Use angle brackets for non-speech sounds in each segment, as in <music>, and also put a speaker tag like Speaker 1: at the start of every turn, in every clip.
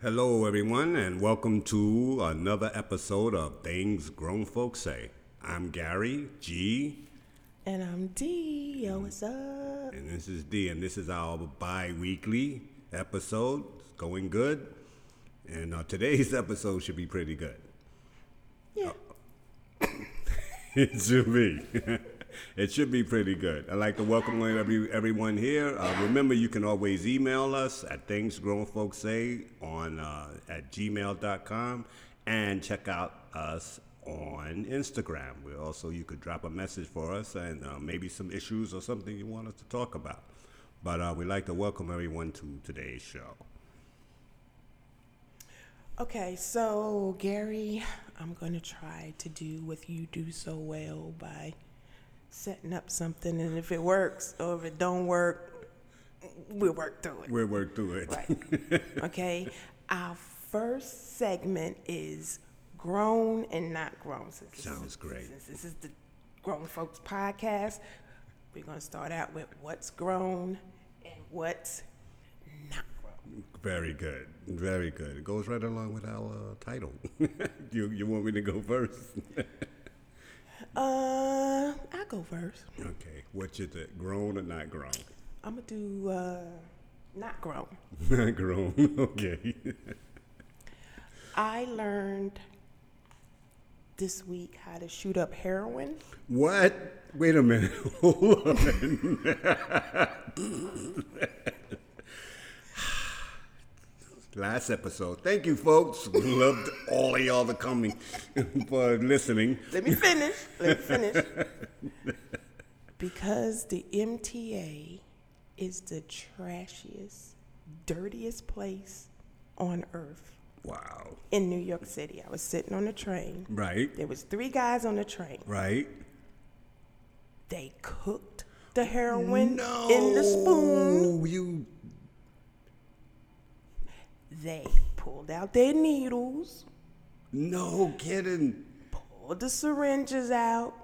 Speaker 1: Hello, everyone, and welcome to another episode of Things Grown Folks Say. I'm Gary G,
Speaker 2: And I'm D.
Speaker 1: Mm.
Speaker 2: Yo, what's up?
Speaker 1: and this is D, and this is our bi weekly episode. It's going good, and uh, today's <laughs> episode should be pretty good.
Speaker 2: Yeah.
Speaker 1: Oh. <laughs> It should be. it should be pretty good. I'd like to welcome every, everyone here. Uh, remember, you can always email us at Things Grown Folks Say on uh, at gmail.com and check out us on Instagram. We also you could drop a message for us and uh, maybe some issues or something you want us to talk about. But uh, we'd like to welcome everyone to today's show.
Speaker 2: Okay, so Gary, I'm going to try to do what you do so well by setting up something, and if it works or if it don't work, we'll work through it.
Speaker 1: We'll work through it.
Speaker 2: Right. okay. Our first segment is grown and not grown. Since this is-
Speaker 1: Sounds great.
Speaker 2: Since this is the Grown Folks Podcast, we're going to start out with what's grown and what's not grown.
Speaker 1: <laughs> Very good. Very good. It goes right along with our uh, title. <laughs> you, you want me to go first?
Speaker 2: Uh, I go first.
Speaker 1: Okay, what you think? Grown or not grown? <laughs>
Speaker 2: I'm gonna do uh, not grown.
Speaker 1: Not grown. <laughs> Okay.
Speaker 2: I learned this week how to shoot up heroin.
Speaker 1: What? Wait a minute. <laughs> Hold on. <laughs> Last episode. Thank you, folks. Loved all of y'all for coming, <laughs> for listening.
Speaker 2: Let me finish. Let me finish. Because the MTA is the trashiest, dirtiest place on earth
Speaker 1: Wow.
Speaker 2: in New York City. I was sitting on the train.
Speaker 1: Right.
Speaker 2: There was three guys on the train.
Speaker 1: Right.
Speaker 2: They cooked the heroin in the spoon.
Speaker 1: No, You.
Speaker 2: They pulled out their needles,
Speaker 1: No kidding.
Speaker 2: pulled the syringes out,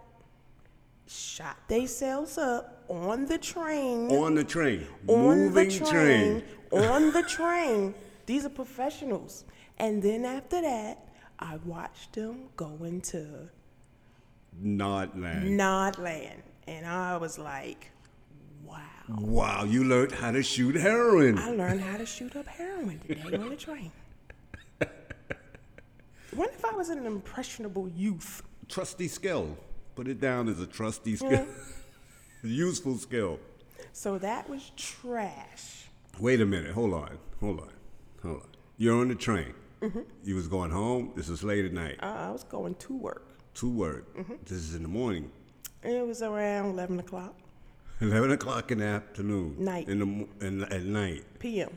Speaker 2: shot themselves up on the train.
Speaker 1: On the train.
Speaker 2: On the
Speaker 1: Moving
Speaker 2: train. On the train. These are professionals. And then after that, I watched them go into
Speaker 1: Not land.
Speaker 2: Nod Land. And I was like, wow.
Speaker 1: Wow, you learned how to shoot heroin.
Speaker 2: I learned how to shoot up heroin today on the train. What if I was an impressionable youth?
Speaker 1: trusty skill. Put it down as a trusty skill. <laughs> Useful skill.
Speaker 2: So that was trash.
Speaker 1: Wait a minute. Hold on. Hold on. Hold on. You're on the train.
Speaker 2: Mm-hmm.
Speaker 1: You was going home. This was late at night.
Speaker 2: Uh, I was going to work.
Speaker 1: Two word.
Speaker 2: Mm-hmm.
Speaker 1: This is in the morning. <laughs>
Speaker 2: It was around 11 o'clock
Speaker 1: 11 o'clock in the afternoon.
Speaker 2: Night.
Speaker 1: In the mo- in, at night.
Speaker 2: p.m.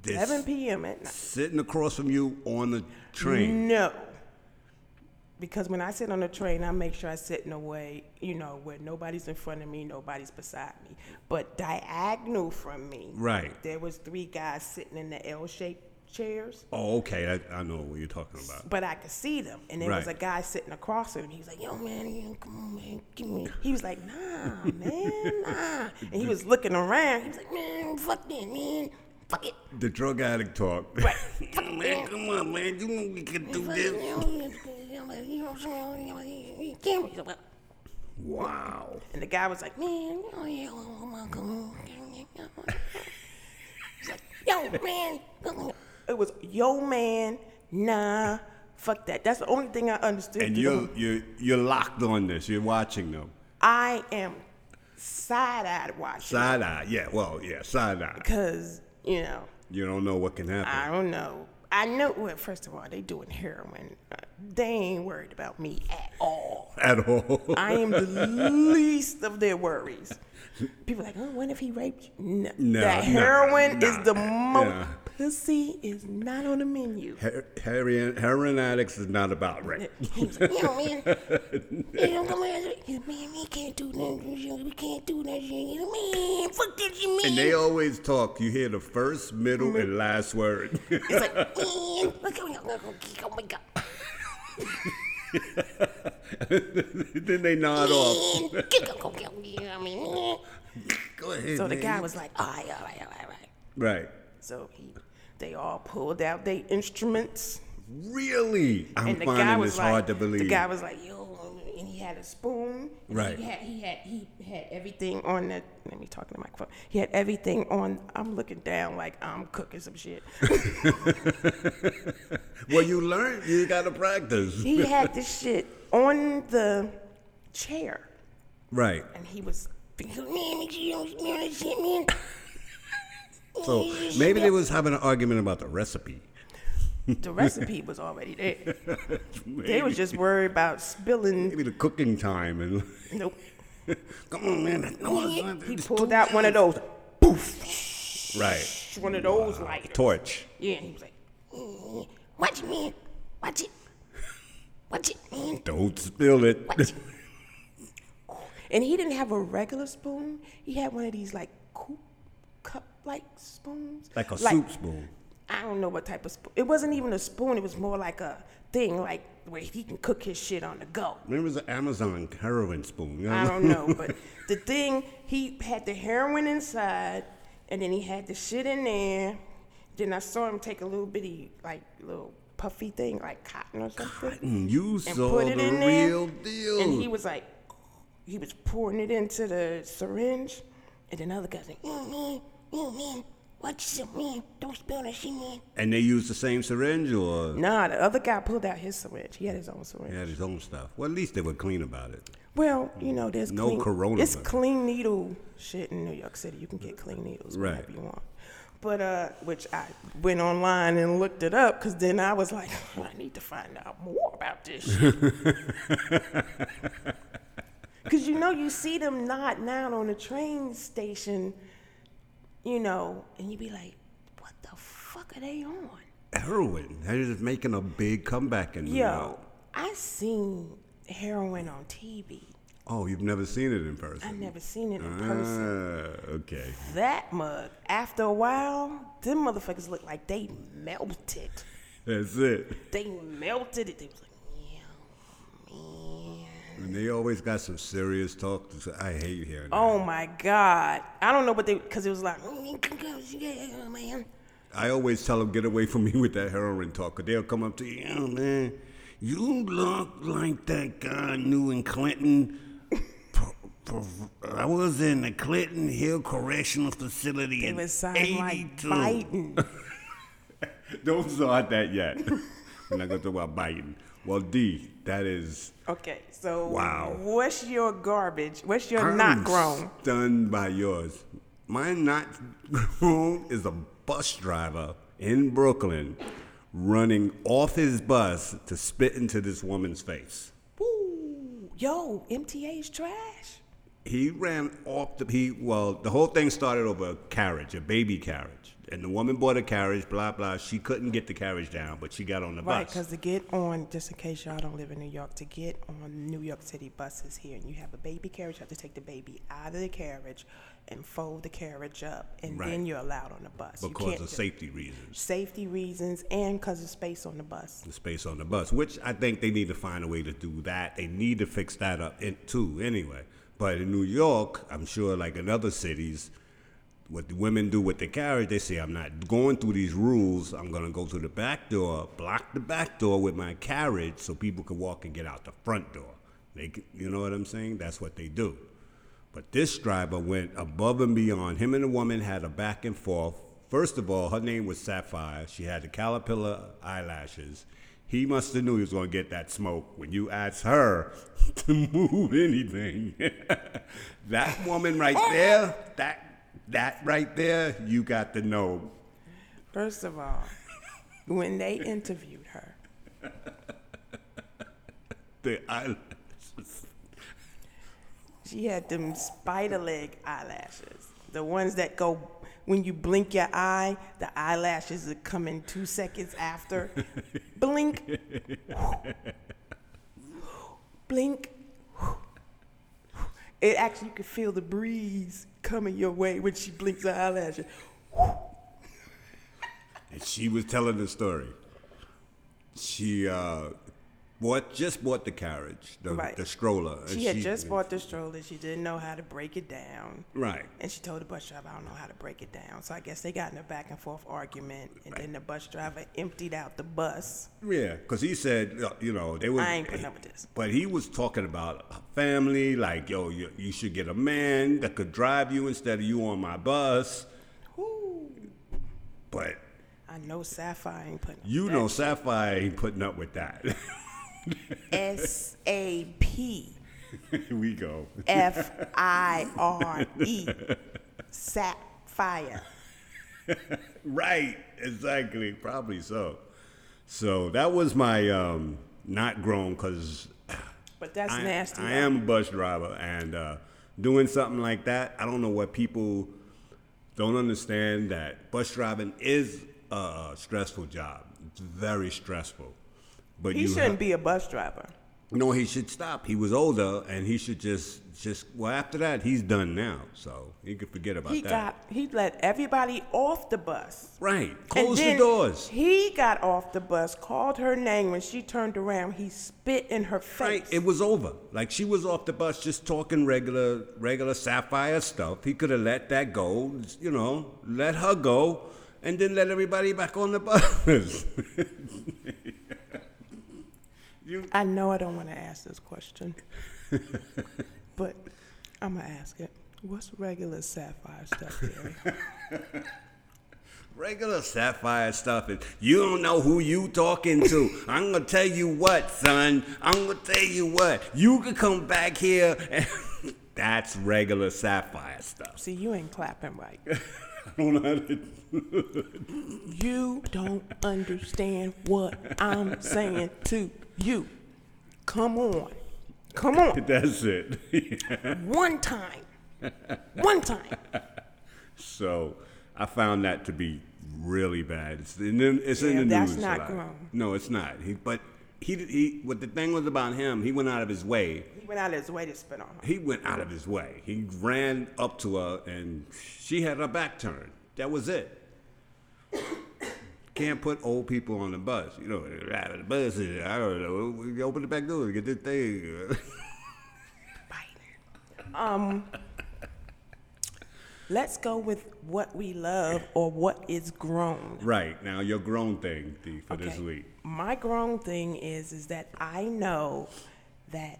Speaker 1: This
Speaker 2: 11 p.m. at night.
Speaker 1: sitting across from you on the train.
Speaker 2: No. Because when I sit on the train, I make sure I sit in a way, you know, where nobody's in front of me, nobody's beside me. But diagonal from me,
Speaker 1: Right.
Speaker 2: there was three guys sitting in the L-shaped chairs,
Speaker 1: Oh, okay. I, I know what you're talking about.
Speaker 2: but I could see them. And there was a
Speaker 1: Right.
Speaker 2: guy sitting across from me. He was like, yo, man, you- come on, man, give me. He was like,
Speaker 1: <laughs>
Speaker 2: nah, man, nah. And he was looking around. He was like, man, fuck that, man, fuck it.
Speaker 1: The drug addict talk.
Speaker 2: Right.
Speaker 1: <laughs> man, come on, man. You know we can do this.
Speaker 3: And
Speaker 1: Wow.
Speaker 2: <laughs> And the guy was like, man,
Speaker 3: He's like, yo, man.
Speaker 2: it was yo man, nah, fuck that. That's the only thing I understood.
Speaker 1: And
Speaker 2: through the
Speaker 1: you're
Speaker 2: whole-
Speaker 1: you're you're locked on this. You're watching them.
Speaker 2: I am side eyed watching
Speaker 1: Side eye. Yeah. Well. Yeah. Side eye.
Speaker 2: because you know
Speaker 1: You don't know what can happen.
Speaker 2: I don't know. I know. Well, first of all, they doing heroin. Uh, They ain't worried about me at all.
Speaker 1: At <laughs> all.
Speaker 2: I am the least of their worries. People like, oh, what if he raped you? No,
Speaker 1: No,
Speaker 2: that
Speaker 1: nah,
Speaker 2: heroin
Speaker 1: nah,
Speaker 2: is the most.
Speaker 1: yeah.
Speaker 2: Pussy is not on the menu.
Speaker 1: Her- heroin, heroin addicts is not about rape.
Speaker 3: He's like, yo, man. You know, come here. He's like, man, we can't do that shit. We can't do that shit. He's like, man, fuck that shit, man.
Speaker 1: And they always talk. You hear the first, middle, and last word. <laughs>
Speaker 3: It's like, man, look at me. Oh, my God.
Speaker 1: then they nod off.
Speaker 3: Man, kick him, go kill me. You know what I mean, man.
Speaker 1: <laughs> Go ahead.
Speaker 2: So the
Speaker 1: man.
Speaker 2: guy was like,
Speaker 3: All right, all right, all right, all right.
Speaker 1: Right.
Speaker 2: so he They all pulled out their instruments.
Speaker 1: Really? I'm
Speaker 2: and the guy
Speaker 1: finding
Speaker 2: was
Speaker 1: this
Speaker 2: like,
Speaker 1: hard to believe.
Speaker 2: The guy was like, yo, and he had a spoon. and
Speaker 1: Right.
Speaker 2: He had, he had he had everything on the. Let me talk to the microphone. He had everything on. I'm looking down like I'm cooking some shit.
Speaker 1: well, you learn. You got to practice.
Speaker 2: he
Speaker 1: <laughs>
Speaker 2: had this shit on the chair,
Speaker 1: Right.
Speaker 2: and he was.
Speaker 3: Man, make sure you don't smell that shit, man.
Speaker 2: <laughs>
Speaker 1: So maybe they was having an argument about the recipe.
Speaker 2: The recipe was already there.
Speaker 1: <laughs>
Speaker 2: They was just worried about spilling.
Speaker 1: Maybe the cooking time and
Speaker 2: Nope.
Speaker 1: come on, man. I wanna try
Speaker 2: He
Speaker 1: this.
Speaker 2: pulled out one of those.
Speaker 1: Right.
Speaker 2: One of those like.
Speaker 1: Torch.
Speaker 2: Yeah, and he was like,
Speaker 3: Watch it, man. Watch it. Watch it, man.
Speaker 1: Don't spill it.
Speaker 2: and he didn't have a regular spoon. He had one of these like coupe cup like spoons.
Speaker 1: <laughs> like a soup spoon.
Speaker 2: I don't know what type of spoon. It wasn't even a spoon. It was more like a thing, like where he can cook his shit on the go.
Speaker 1: Remember the Amazon heroin spoon? You
Speaker 2: I don't
Speaker 1: <laughs>
Speaker 2: know, but the thing he had the heroin inside, and then he had the shit in there. Then I saw him take a little bitty, like little puffy thing, like cotton or something,
Speaker 1: <laughs> Mm, You
Speaker 2: and
Speaker 1: saw
Speaker 2: put it
Speaker 1: the
Speaker 2: in there.
Speaker 1: real deal.
Speaker 2: And he was like, he was pouring it into the syringe, and then the other guy's like,
Speaker 3: Yo, man. Yo, man. Watch it, man. Don't spill that shit, man.
Speaker 1: And they used the same syringe or
Speaker 2: nah. The other guy pulled out his syringe. He had his own syringe.
Speaker 1: he had his own stuff. Well, at least they were clean about it.
Speaker 2: Well, you know, there's
Speaker 1: No
Speaker 2: clean,
Speaker 1: corona
Speaker 2: It's
Speaker 1: money.
Speaker 2: clean needle shit in New York City. You can get clean needles
Speaker 1: Right.
Speaker 2: whenever you want. But uh, which I went online and looked it up because then I was like, <laughs> "Well, I need to find out more about this.
Speaker 1: <laughs>
Speaker 2: Because you know, you see them nodding out on the train station, you know, and you be like, "What the fuck are they on?"
Speaker 1: Heroin. That is making a big comeback in New
Speaker 2: Yo,
Speaker 1: York.
Speaker 2: I seen heroin on TV.
Speaker 1: Oh, you've never seen it in person.
Speaker 2: I've never seen it in person.
Speaker 1: Ah, okay.
Speaker 2: that mug, after a while, them motherfuckers looked like they melted.
Speaker 1: That's it.
Speaker 2: They melted it. They was like, yeah, man.
Speaker 1: And they always got some serious talk. To say. I hate hearing that.
Speaker 2: Oh my God. I don't know what they, because it was like,
Speaker 3: Oh, man, come, come, come, man.
Speaker 1: I always tell them, get away from me with that heroin talk, 'cause they'll come up to you, oh, man, you look like that guy I knew in Clinton. Pro- pro- I was in the Clinton Hill Correctional Facility
Speaker 2: it
Speaker 1: in
Speaker 2: was sounding like
Speaker 1: 82.
Speaker 2: Biden.
Speaker 1: Don't start that yet. <laughs> We're not going to talk about Biden. Well, D, that is,
Speaker 2: Okay, so
Speaker 1: <laughs> Wow.
Speaker 2: what's your garbage? What's your
Speaker 1: I'm
Speaker 2: not grown?
Speaker 1: stunned by yours. My not grown is a bus driver in Brooklyn running off his bus to spit into this woman's face.
Speaker 2: Woo. Yo, MTA is trash.
Speaker 1: He ran off the he well, the whole thing started over a carriage, a baby carriage. And the woman bought a carriage, blah blah. She couldn't get the carriage down, but she got on the
Speaker 2: Right,
Speaker 1: bus.
Speaker 2: because to get on, just in case y'all don't live in New York, to get on New York City buses here and you have a baby carriage, you have to take the baby out of the carriage and fold the carriage up, and
Speaker 1: Right.
Speaker 2: then you're allowed on the bus. You
Speaker 1: Because
Speaker 2: can't
Speaker 1: of
Speaker 2: just-
Speaker 1: safety reasons.
Speaker 2: safety reasons and because of space on the bus.
Speaker 1: <laughs> The space on the bus, which I think they need to find a way to do that. They need to fix that up in, too, anyway. But in New York, I'm sure, like in other cities, what the women do with the carriage, they say, I'm not going through these rules. I'm going to go to the back door, block the back door with my carriage so people can walk and get out the front door. They, c- you know what I'm saying? That's what they do. But this driver went above and beyond. Him and the woman had a back and forth. First of all, her name was Sapphire. She had the caterpillar eyelashes. He must have knew he was going to get that smoke when you asked her <laughs> to move anything. <laughs> that woman right there, that that right there, you got to know.
Speaker 2: First of all, when they interviewed her,
Speaker 1: The eyelash.
Speaker 2: she had them spider leg eyelashes, the ones that go when you blink your eye, the eyelashes are coming two seconds after. blink, blink. It actually, you could feel the breeze coming your way when she blinks her eyelashes.
Speaker 1: And she was telling the story. She uh, bought just bought the carriage, the,
Speaker 2: Right.
Speaker 1: the stroller. and
Speaker 2: She had just bought the stroller. She didn't know how to break it down.
Speaker 1: Right.
Speaker 2: And she told the bus driver, I don't know how to break it down. So I guess they got in a back and forth argument. And then the bus driver emptied out the bus.
Speaker 1: Yeah, because he said, uh, you know, they were.
Speaker 2: I ain't putting up with this.
Speaker 1: But he was talking about a family, like, yo, you, you should get a man that could drive you instead of you on my bus.
Speaker 2: Whoo.
Speaker 1: But
Speaker 2: I know Sapphire ain't putting up
Speaker 1: you
Speaker 2: with
Speaker 1: know, Sapphire ain't putting up with that. <laughs>
Speaker 2: S A P
Speaker 1: Here we go.
Speaker 2: F I R E. Sapphire.
Speaker 1: Right, exactly, probably so. So that was my um, not grown because
Speaker 2: But that's
Speaker 1: I,
Speaker 2: nasty.
Speaker 1: I
Speaker 2: though.
Speaker 1: am a bus driver, and uh, doing something like that, I don't know what people don't understand that bus driving is a stressful job. It's very stressful. But
Speaker 2: He
Speaker 1: you
Speaker 2: shouldn't be a bus driver.
Speaker 1: no, he should stop. He was older, and he should just just well. After that, he's done now, so he could forget about
Speaker 2: He
Speaker 1: that.
Speaker 2: got he let everybody off the bus.
Speaker 1: right,
Speaker 2: And
Speaker 1: close
Speaker 2: then
Speaker 1: the doors.
Speaker 2: He got off the bus, called her name. When she turned around, he spit in her face.
Speaker 1: Right, it was over. Like she was off the bus, just talking regular, regular sapphire stuff. He could have let that go, you know, let her go, and then let everybody back on the <laughs> bus.
Speaker 2: I know I don't want to ask this
Speaker 1: <laughs>
Speaker 2: question, but I'm gonna ask it. What's regular sapphire stuff, Gary?
Speaker 1: regular sapphire stuff is you don't know who you talking to. I'm gonna tell you what, son. I'm gonna tell you what. You could come back here, and <laughs> that's regular sapphire stuff. <laughs>
Speaker 2: See, you ain't clapping right.
Speaker 1: I don't know how to-
Speaker 2: You don't understand what I'm saying to you. Come on, come on.
Speaker 1: That's it. <laughs>
Speaker 2: One time, one time.
Speaker 1: So I found that to be really bad. It's in the, it's in
Speaker 2: Yeah,
Speaker 1: the
Speaker 2: that's
Speaker 1: news. a
Speaker 2: not
Speaker 1: lot.
Speaker 2: grown.
Speaker 1: No, it's not. He, but he, he, what the thing was about him, he went out of his way.
Speaker 2: He went out of his way to spit on her.
Speaker 1: He went out of his way. He ran up to her, and she had her back turned. That was it. Can't put old people on the bus. You know, the bus is, I don't know. We open the back door, get this thing. <laughs>
Speaker 2: Let's go with what we love or what is grown.
Speaker 1: right, now your grown thing D, for this
Speaker 2: Okay.
Speaker 1: week.
Speaker 2: My grown thing is is that I know that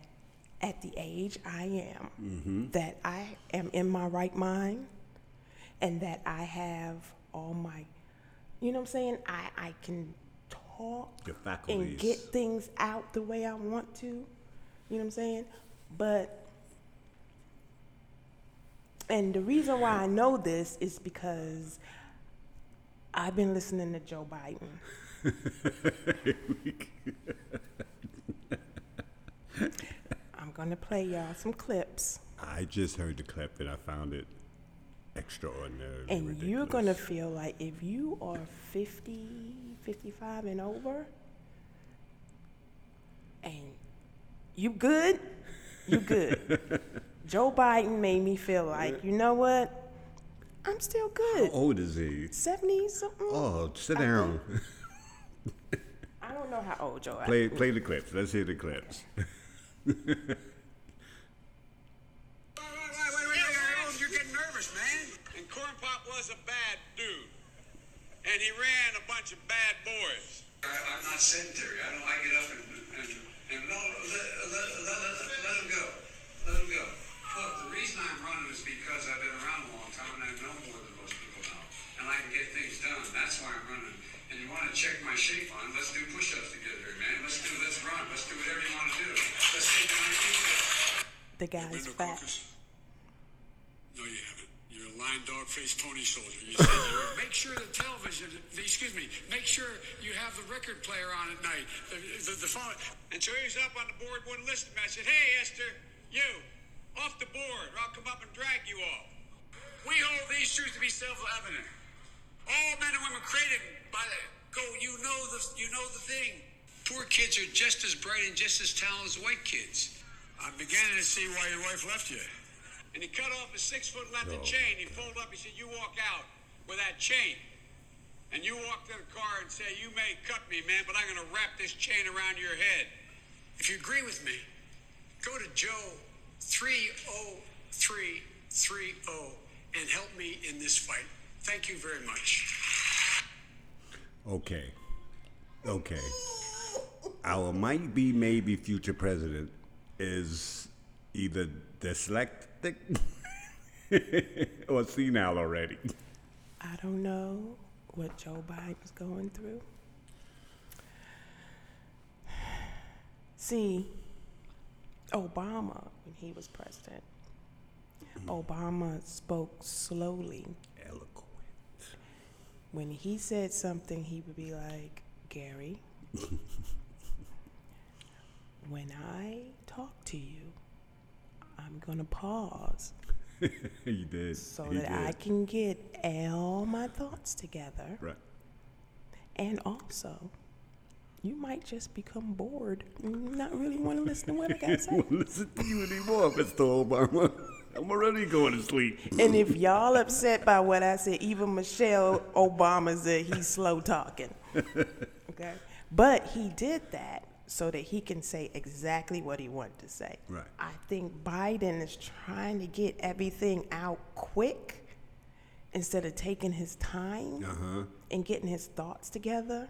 Speaker 2: at the age I am,
Speaker 1: Mm-hmm.
Speaker 2: that I am in my right mind and that I have all my you know what I'm saying? I, I can talk
Speaker 1: Your
Speaker 2: and
Speaker 1: faculties.
Speaker 2: get things out the way I want to. You know what I'm saying? But and the reason why I know this is because I've been listening to Joe Biden. I'm gonna play y'all some clips,
Speaker 1: I just heard the clip and I found it extraordinary.
Speaker 2: and you're gonna feel like if you are 50, 55 and over, and you good, you good.
Speaker 1: <laughs>
Speaker 2: Joe Biden made me feel like you know what, I'm still good.
Speaker 1: How old is he?
Speaker 2: 70 something.
Speaker 1: Oh, sit down.
Speaker 2: I don't know how old Joe.
Speaker 1: <laughs> play play the clips. Let's hear the clips.
Speaker 4: All right, all right, wait, wait, wait, wait, wait, You're getting nervous, man.
Speaker 5: And Corn Pop was a bad dude. And he ran a bunch of bad boys.
Speaker 4: I, I'm not sedentary. I don't. I get up and and, and no, let, let, let, let, let him go. Let him go. Look, the reason I'm running is because I've been around a long time and I know more than most people know, and I can get things done. That's why I'm running. And you want to check my shape on? Let's do push-ups together, man. Let's do. Let's run. Let's do whatever you want to do. Let's take the night people.
Speaker 2: The guy's fat.
Speaker 5: No, you haven't. You're a lying dog faced pony soldier. You said you were.
Speaker 4: <laughs> Make sure the television, the- excuse me, make sure you have the record player on at night. The, the, the phone.
Speaker 5: And so he was up on the board, wouldn't listen to me. I said, Hey, Esther, you, off the board, or I'll come up and drag you off.
Speaker 4: We hold these truths to be self-evident. All men and women created by the go. You know the you know the thing. Poor kids are just as bright and just as talented as white kids.
Speaker 5: I'm beginning to see why your wife left you. And he cut off his six foot length
Speaker 1: Oh,
Speaker 5: of chain. He folded up. He said, "You walk out with that chain." And you walk to the car and say, "You may cut me, man, but I'm going to wrap this chain around your head." If you agree with me, go to Joe 30330 and help me in this fight. Thank you very much.
Speaker 1: Okay. Okay. Our might be maybe future president is either dyslexic <laughs> or senile already.
Speaker 2: I don't know what Joe Biden's going through. See, Obama, when he was president, Obama spoke slowly.
Speaker 1: Eloquent. <laughs>
Speaker 2: When he said something, he would be like, Gary, when I talk to you, I'm going to pause
Speaker 1: he did.
Speaker 2: so
Speaker 1: he
Speaker 2: that
Speaker 1: did.
Speaker 2: I can get all my thoughts together.
Speaker 1: Right. <laughs>
Speaker 2: And also, you might just become bored and not really want to listen to what I got to
Speaker 1: I
Speaker 2: say.
Speaker 1: won't listen to you anymore, Mr. Obama. <laughs> I'm already going to sleep.
Speaker 2: <laughs> and if y'all upset by what I said, even Michelle Obama said he's slow talking. <laughs> Okay? But he did that so that he can say exactly what he wanted to say.
Speaker 1: Right.
Speaker 2: I think Biden is trying to get everything out quick instead of taking his time and getting his thoughts together.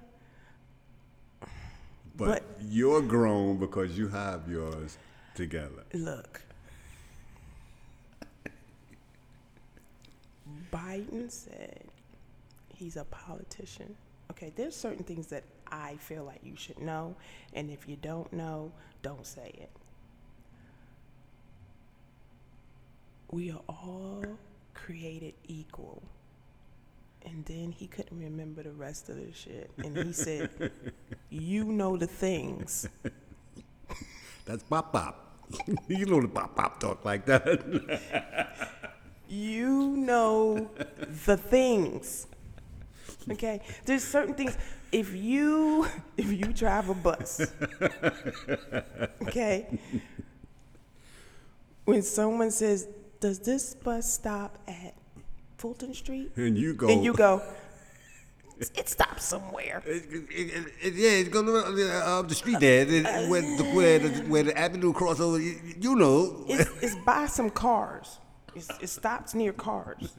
Speaker 1: But,
Speaker 2: But-
Speaker 1: you're grown because you have yours together.
Speaker 2: Look. Biden said he's a politician. Okay, there's certain things that I feel like you should know, and if you don't know, don't say it. We are all created equal. And then he couldn't remember the rest of the shit. And he said, You know the things.
Speaker 1: That's pop <laughs> pop. you know the pop pop talk like that. <laughs>
Speaker 2: you know the things okay there's certain things if you if you drive a bus okay when someone says does this bus stop at fulton street
Speaker 1: and you go.
Speaker 2: and you go it stops somewhere
Speaker 1: <laughs> It, it, it, it, yeah, it's going uh, up the street there, it, where, the, where, the, where the avenue crossover. You, you know,
Speaker 2: it's, it's by some cars. It's, it stops near cars.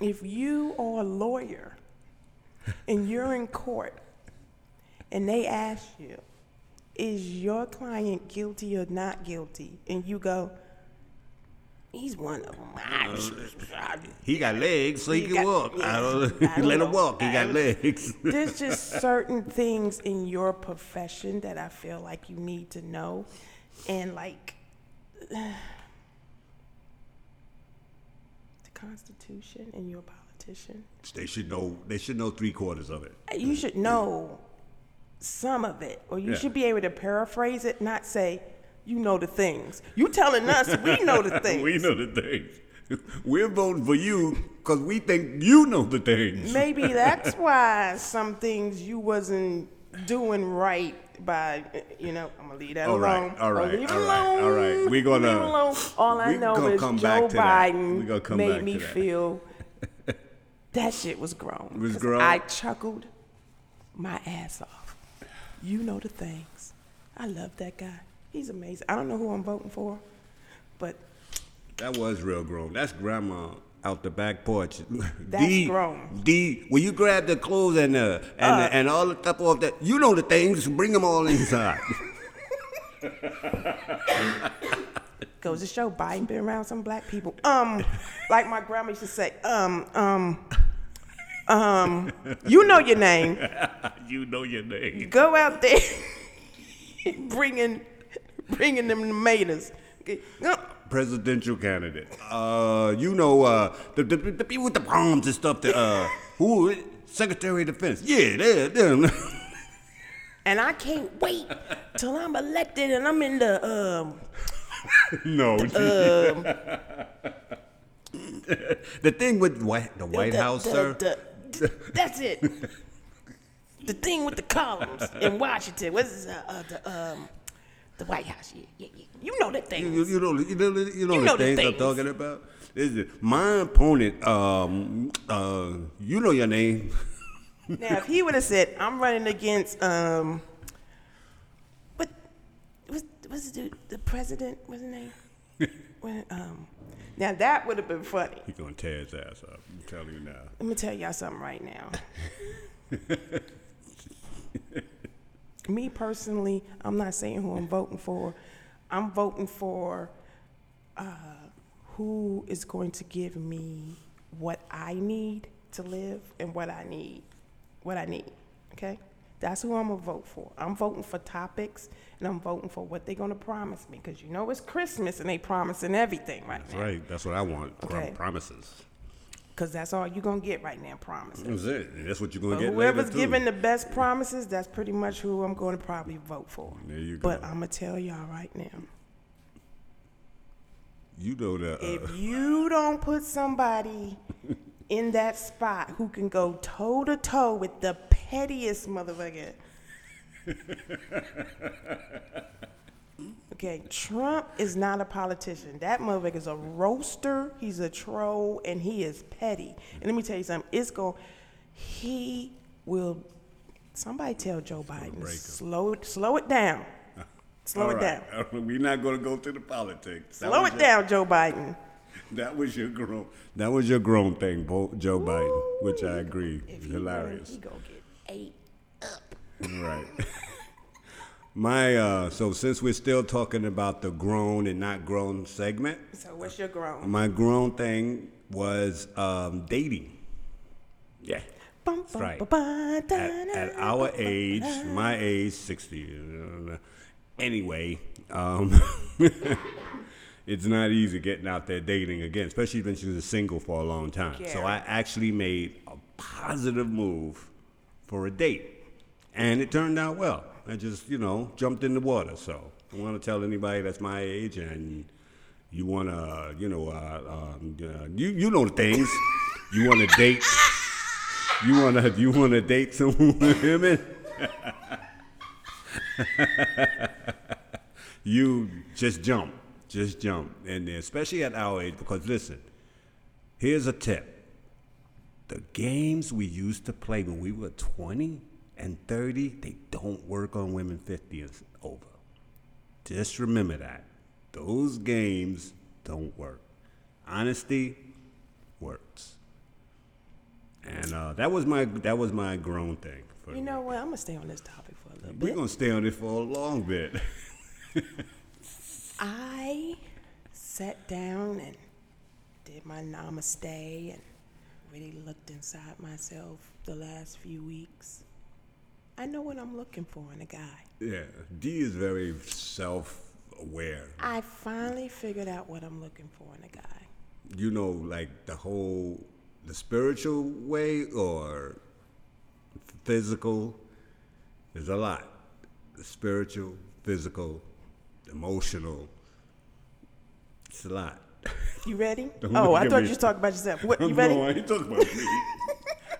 Speaker 2: if you are a lawyer and you're in court and they ask you, is your client guilty or not guilty? And you go, he's one of them. <laughs> I-
Speaker 1: he got legs, so he,
Speaker 2: He
Speaker 1: can
Speaker 2: got-
Speaker 1: walk. I don't,
Speaker 2: I
Speaker 1: <laughs>
Speaker 2: don't
Speaker 1: let
Speaker 2: know.
Speaker 1: him walk. He
Speaker 2: I
Speaker 1: got
Speaker 2: don't- <laughs>
Speaker 1: legs.
Speaker 2: There's just certain things in your profession that I feel like you need to know. And like <sighs> the Constitution and your politician.
Speaker 1: they should know. They should know three quarters of it. <laughs>
Speaker 2: You should know some of it, or you
Speaker 1: Yeah.
Speaker 2: should be able to paraphrase it, not say, you know the things. You telling us we know the things.
Speaker 1: we know the things. We're voting for you because we think you know the things.
Speaker 2: Maybe
Speaker 1: <laughs>
Speaker 2: that's why some things you wasn't doing right by, you know, I'm gonna leave that
Speaker 1: All right,
Speaker 2: alone.
Speaker 1: all right,
Speaker 2: Oh, leave it
Speaker 1: all right, all right.
Speaker 2: alone.
Speaker 1: We gonna-
Speaker 2: Leave it alone. All I
Speaker 1: we
Speaker 2: know
Speaker 1: gonna
Speaker 2: is
Speaker 1: come
Speaker 2: Joe
Speaker 1: back to that. We
Speaker 2: Biden
Speaker 1: gonna come
Speaker 2: made
Speaker 1: back
Speaker 2: me
Speaker 1: to that.
Speaker 2: feel
Speaker 1: <laughs>
Speaker 2: that shit was grown.
Speaker 1: Was
Speaker 2: 'Cause
Speaker 1: grown.
Speaker 2: I chuckled my ass off. You know the things. I love that guy. He's amazing. I don't know who I'm voting for, but
Speaker 1: That was real grown. That's grandma out the back porch. <laughs>
Speaker 2: That's
Speaker 1: D,
Speaker 2: grown.
Speaker 1: D, when you grab the clothes and uh, and and all the stuff off that, you know the things. Bring them all inside.
Speaker 2: goes to show Biden been around some black people. Um, like my grandma used to say, um, um, um, you know your name.
Speaker 1: <laughs> you know your name.
Speaker 2: Go out there, <laughs> bringing, bringing them tomatoes. Okay. Uh,
Speaker 1: Presidential candidate. Uh, you know uh, the, the the people with the bombs and stuff. The <laughs> uh, who? Secretary of Defense. Yeah, they <laughs> them.
Speaker 2: And I can't wait till I'm elected and I'm in the um.
Speaker 1: <laughs> no. Um. the thing with White, the White
Speaker 2: the-
Speaker 1: House,
Speaker 2: the-
Speaker 1: sir.
Speaker 2: the- that's it. the thing with the columns in Washington. What's this, uh, uh, the um, the White House? Yeah, yeah, yeah. You know that thing.
Speaker 1: You, you know, you know, you know,
Speaker 2: You
Speaker 1: the,
Speaker 2: know the
Speaker 1: things, I'm
Speaker 2: things.
Speaker 1: talking about. This is my opponent. Um, uh, you know your name. <laughs>
Speaker 2: Now, if he would have said, "I'm running against," um, but what's the dude, the president? What's his name? when, um, now that would have been funny.
Speaker 1: He gonna tear his ass up. I'm telling you now.
Speaker 2: Let me tell y'all something right now. Me personally, I'm not saying who I'm voting for. I'm voting for uh, who is going to give me what I need to live and what I need, what I need. Okay, that's who I'm gonna vote for. I'm voting for topics and I'm voting for what they're gonna promise me because you know it's Christmas and they promising everything right
Speaker 1: That's
Speaker 2: now.
Speaker 1: right. That's what I want. Prom-
Speaker 2: Okay.
Speaker 1: Promises.
Speaker 2: Because that's all you're gonna get right now, promises.
Speaker 1: That's it. And that's what you're gonna
Speaker 2: But
Speaker 1: get.
Speaker 2: whoever's
Speaker 1: later, too.
Speaker 2: giving the best promises, that's pretty much who I'm going to probably vote for.
Speaker 1: There you
Speaker 2: But
Speaker 1: go.
Speaker 2: I'm gonna tell y'all right now,
Speaker 1: you know that. Uh,
Speaker 2: if you don't put somebody in that spot who can go toe to toe with the pettiest motherfucker. Okay, Trump is not a politician. That motherfucker is a roaster. He's a troll, and he is petty. And let me tell you something. It's going. He will. Somebody tell Joe Biden
Speaker 1: break him.
Speaker 2: slow slow
Speaker 1: <laughs>
Speaker 2: it down. Slow
Speaker 1: all
Speaker 2: it down.
Speaker 1: right. <laughs> We're not gonna go to the politics. That
Speaker 2: Slow
Speaker 1: was your-
Speaker 2: it down, Joe Biden.
Speaker 1: That was your grown. That was your grown thing, Bo, Joe Biden, which I agree.
Speaker 2: If he run,
Speaker 1: Hilarious.
Speaker 2: He gonna get
Speaker 3: Eight.
Speaker 1: Right. <laughs> My uh, so since we're still talking about the grown and not grown segment,
Speaker 2: So what's your groan?
Speaker 1: my grown thing was um, dating. Yeah.
Speaker 2: Bum, bum,
Speaker 1: right.
Speaker 2: ba, ba, da,
Speaker 1: At,
Speaker 2: da,
Speaker 1: at
Speaker 2: da,
Speaker 1: our
Speaker 2: ba, ba,
Speaker 1: age,
Speaker 2: da.
Speaker 1: my age, sixty. uh, Anyway, um, <laughs> it's not easy getting out there dating again, especially when she was single for a long time. So
Speaker 2: Yeah.
Speaker 1: I actually made a positive move for a date, and it turned out well. I just, you know, jumped in the water. So I want to tell anybody that's my age and you want to, you know, uh, um, uh, you you know the things. you want to date. You want to you want to date some women. you just jump, just jump, and especially at our age. Because listen, here's a tip the games we used to play when we were 20 and 30, they don't work on women 50 and s- over. Just remember that. Those games don't work. Honesty works. And uh, that was my that was my grown thing. For
Speaker 2: You know what? I'm gonna stay on this topic for a little
Speaker 1: we're
Speaker 2: bit.
Speaker 1: gonna stay on it for a long bit. <laughs>
Speaker 2: I sat down and did my namaste and really looked inside myself the last few weeks. I know what I'm looking for in a guy.
Speaker 1: yeah, D is very self-aware.
Speaker 2: I finally figured out what I'm looking for in a guy.
Speaker 1: You know, like the whole the spiritual way or physical. There's a lot. The spiritual, physical, emotional. It's a lot. <laughs>
Speaker 2: You ready?
Speaker 1: Don't
Speaker 2: oh,
Speaker 1: look
Speaker 2: I
Speaker 1: at
Speaker 2: thought
Speaker 1: me.
Speaker 2: you was talking about yourself. What? You
Speaker 1: <laughs> No, I
Speaker 2: ready?
Speaker 1: ain't talking about
Speaker 2: <laughs>
Speaker 1: me.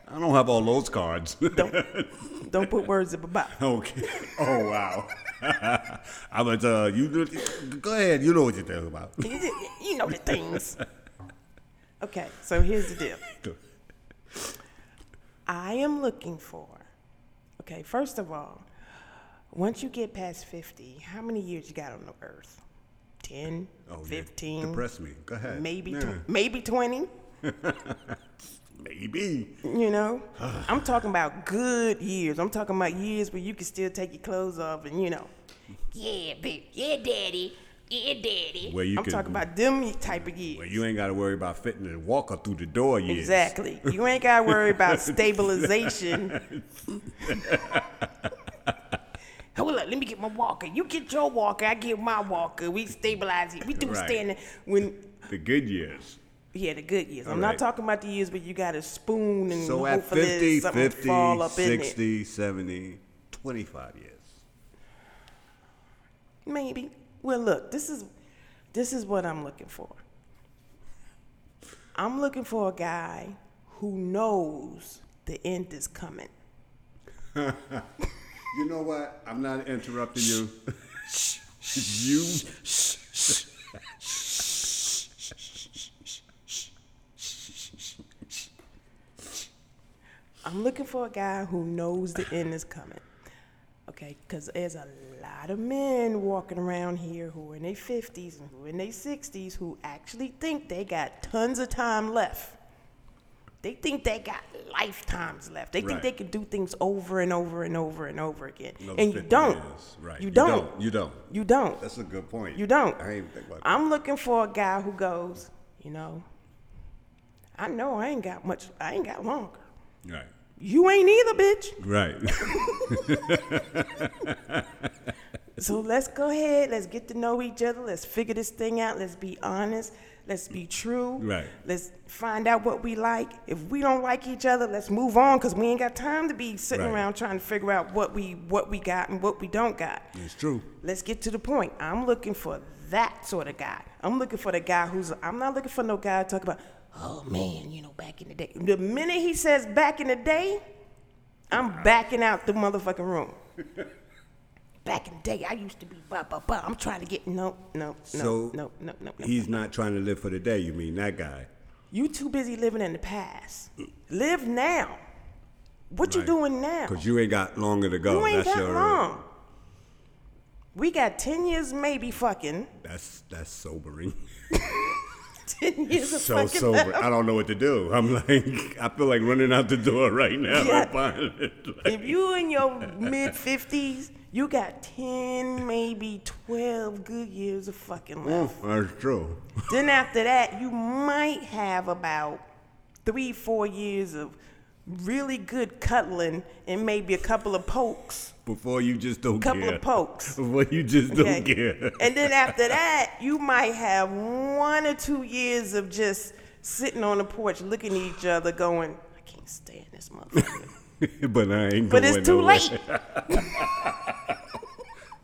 Speaker 1: I don't have all those cards. <laughs>
Speaker 2: Don't put words up about.
Speaker 1: Okay. Oh wow. <laughs> I'm gonna tell you. Go ahead. You know what you're talking about.
Speaker 2: You did- you know
Speaker 1: <laughs>
Speaker 2: the things. Okay, so here's the deal. I am looking for. Okay, first of all, once you get past 50, how many years you got on the earth? 10,
Speaker 1: Oh, yeah.
Speaker 2: 15,
Speaker 1: Depress me. Go ahead.
Speaker 2: maybe
Speaker 1: Yeah.
Speaker 2: tw- maybe 20,
Speaker 1: Maybe. <sighs>
Speaker 2: you know? I'm talking about good years. I'm talking about years where you can still take your clothes off and you know.
Speaker 3: Yeah, baby. Yeah, daddy. Yeah, daddy.
Speaker 1: Where you
Speaker 2: I'm
Speaker 1: can.
Speaker 2: talking about them type of years.
Speaker 1: Where you ain't got to worry about fitting and walker through the door yet.
Speaker 2: Exactly. You ain't got to
Speaker 1: <laughs>
Speaker 2: worry about stabilization. Hold up, let me get my walker. You get your walker, I get my walker. We stabilize it. We do
Speaker 1: Right.
Speaker 2: standing when
Speaker 1: The good years.
Speaker 2: yeah, the good years. I'm
Speaker 1: All
Speaker 2: not
Speaker 1: right.
Speaker 2: talking about the years where you got a spoon and
Speaker 1: So at
Speaker 2: Mm, hopefully
Speaker 1: 50,
Speaker 2: something fall
Speaker 1: 50,
Speaker 2: up in
Speaker 1: 60, 70, 25 years.
Speaker 2: it. Maybe. Well, look, this is this is what I'm looking for. I'm looking for a guy who knows the end is coming.
Speaker 1: You know what? I'm not interrupting you. you.
Speaker 2: I'm looking for a guy who knows the end is coming. Okay, because there's a lot of men walking around here who are in their 50s and who are in their 60s who actually think they got tons of time left. They think they got lifetimes left. They
Speaker 1: Right.
Speaker 2: think they can do things over and over and over and over again.
Speaker 1: Another
Speaker 2: and you
Speaker 1: 50
Speaker 2: don't.
Speaker 1: years. Right.
Speaker 2: You don't.
Speaker 1: You don't.
Speaker 2: You don't.
Speaker 1: That's a good point.
Speaker 2: You don't.
Speaker 1: I ain't think about that.
Speaker 2: I'm looking for a guy who goes, you know, I know I ain't got much, I ain't got longer.
Speaker 1: Right.
Speaker 2: You ain't either, bitch.
Speaker 1: Right. <laughs>
Speaker 2: So let's go ahead. Let's get to know each other. Let's figure this thing out. Let's be honest. Let's be true.
Speaker 1: Right.
Speaker 2: Let's find out what we like. If we don't like each other, let's move on because we ain't got time to be sitting
Speaker 1: Right.
Speaker 2: around trying to figure out what we what we got and what we don't got.
Speaker 1: it's true.
Speaker 2: Let's get to the point. I'm looking for that sort of guy. I'm looking for the guy who's. I'm not looking for no guy to talk about.
Speaker 3: Oh man, you know, back in the day.
Speaker 2: The minute he says back in the day, I'm backing out the motherfucking
Speaker 1: <laughs>
Speaker 2: room.
Speaker 3: Back in the day, I used to be ba ba ba. I'm trying to get.
Speaker 2: No, no, no,
Speaker 1: so
Speaker 2: no, no, no, no.
Speaker 1: He's not trying to live for the day. You mean that guy?
Speaker 2: You too busy living in the past. Live now. What you
Speaker 1: Right.
Speaker 2: doing now?
Speaker 1: Because you ain't got longer to go.
Speaker 2: You ain't
Speaker 1: that's
Speaker 2: got
Speaker 1: your,
Speaker 2: long. We got ten years, maybe fucking <laughs>
Speaker 1: That's that's sobering. <laughs>
Speaker 2: ten years of
Speaker 1: so
Speaker 2: fucking.
Speaker 1: sober. I don't know what to do. I'm like, <laughs> I feel like running out the door right now. <laughs>
Speaker 2: Yeah.
Speaker 1: Fine. Like, <laughs>
Speaker 2: If you in your mid fifties, you got ten, maybe twelve good years of fucking
Speaker 1: Oh,
Speaker 2: life.
Speaker 1: that's true.
Speaker 2: Then after that, you might have about three, four years of really good cuddling and maybe a couple
Speaker 1: <laughs>
Speaker 2: of pokes.
Speaker 1: Before you just don't
Speaker 2: Couple of
Speaker 1: care.
Speaker 2: pokes.
Speaker 1: Before you just don't
Speaker 2: okay?
Speaker 1: care.
Speaker 2: And then after that, you might have one or two years of just sitting on the porch looking at each other going, I can't stand
Speaker 1: <laughs>
Speaker 2: this motherfucker.
Speaker 1: <laughs> but I ain't
Speaker 2: But
Speaker 1: going
Speaker 2: it's too
Speaker 1: nowhere.
Speaker 2: late.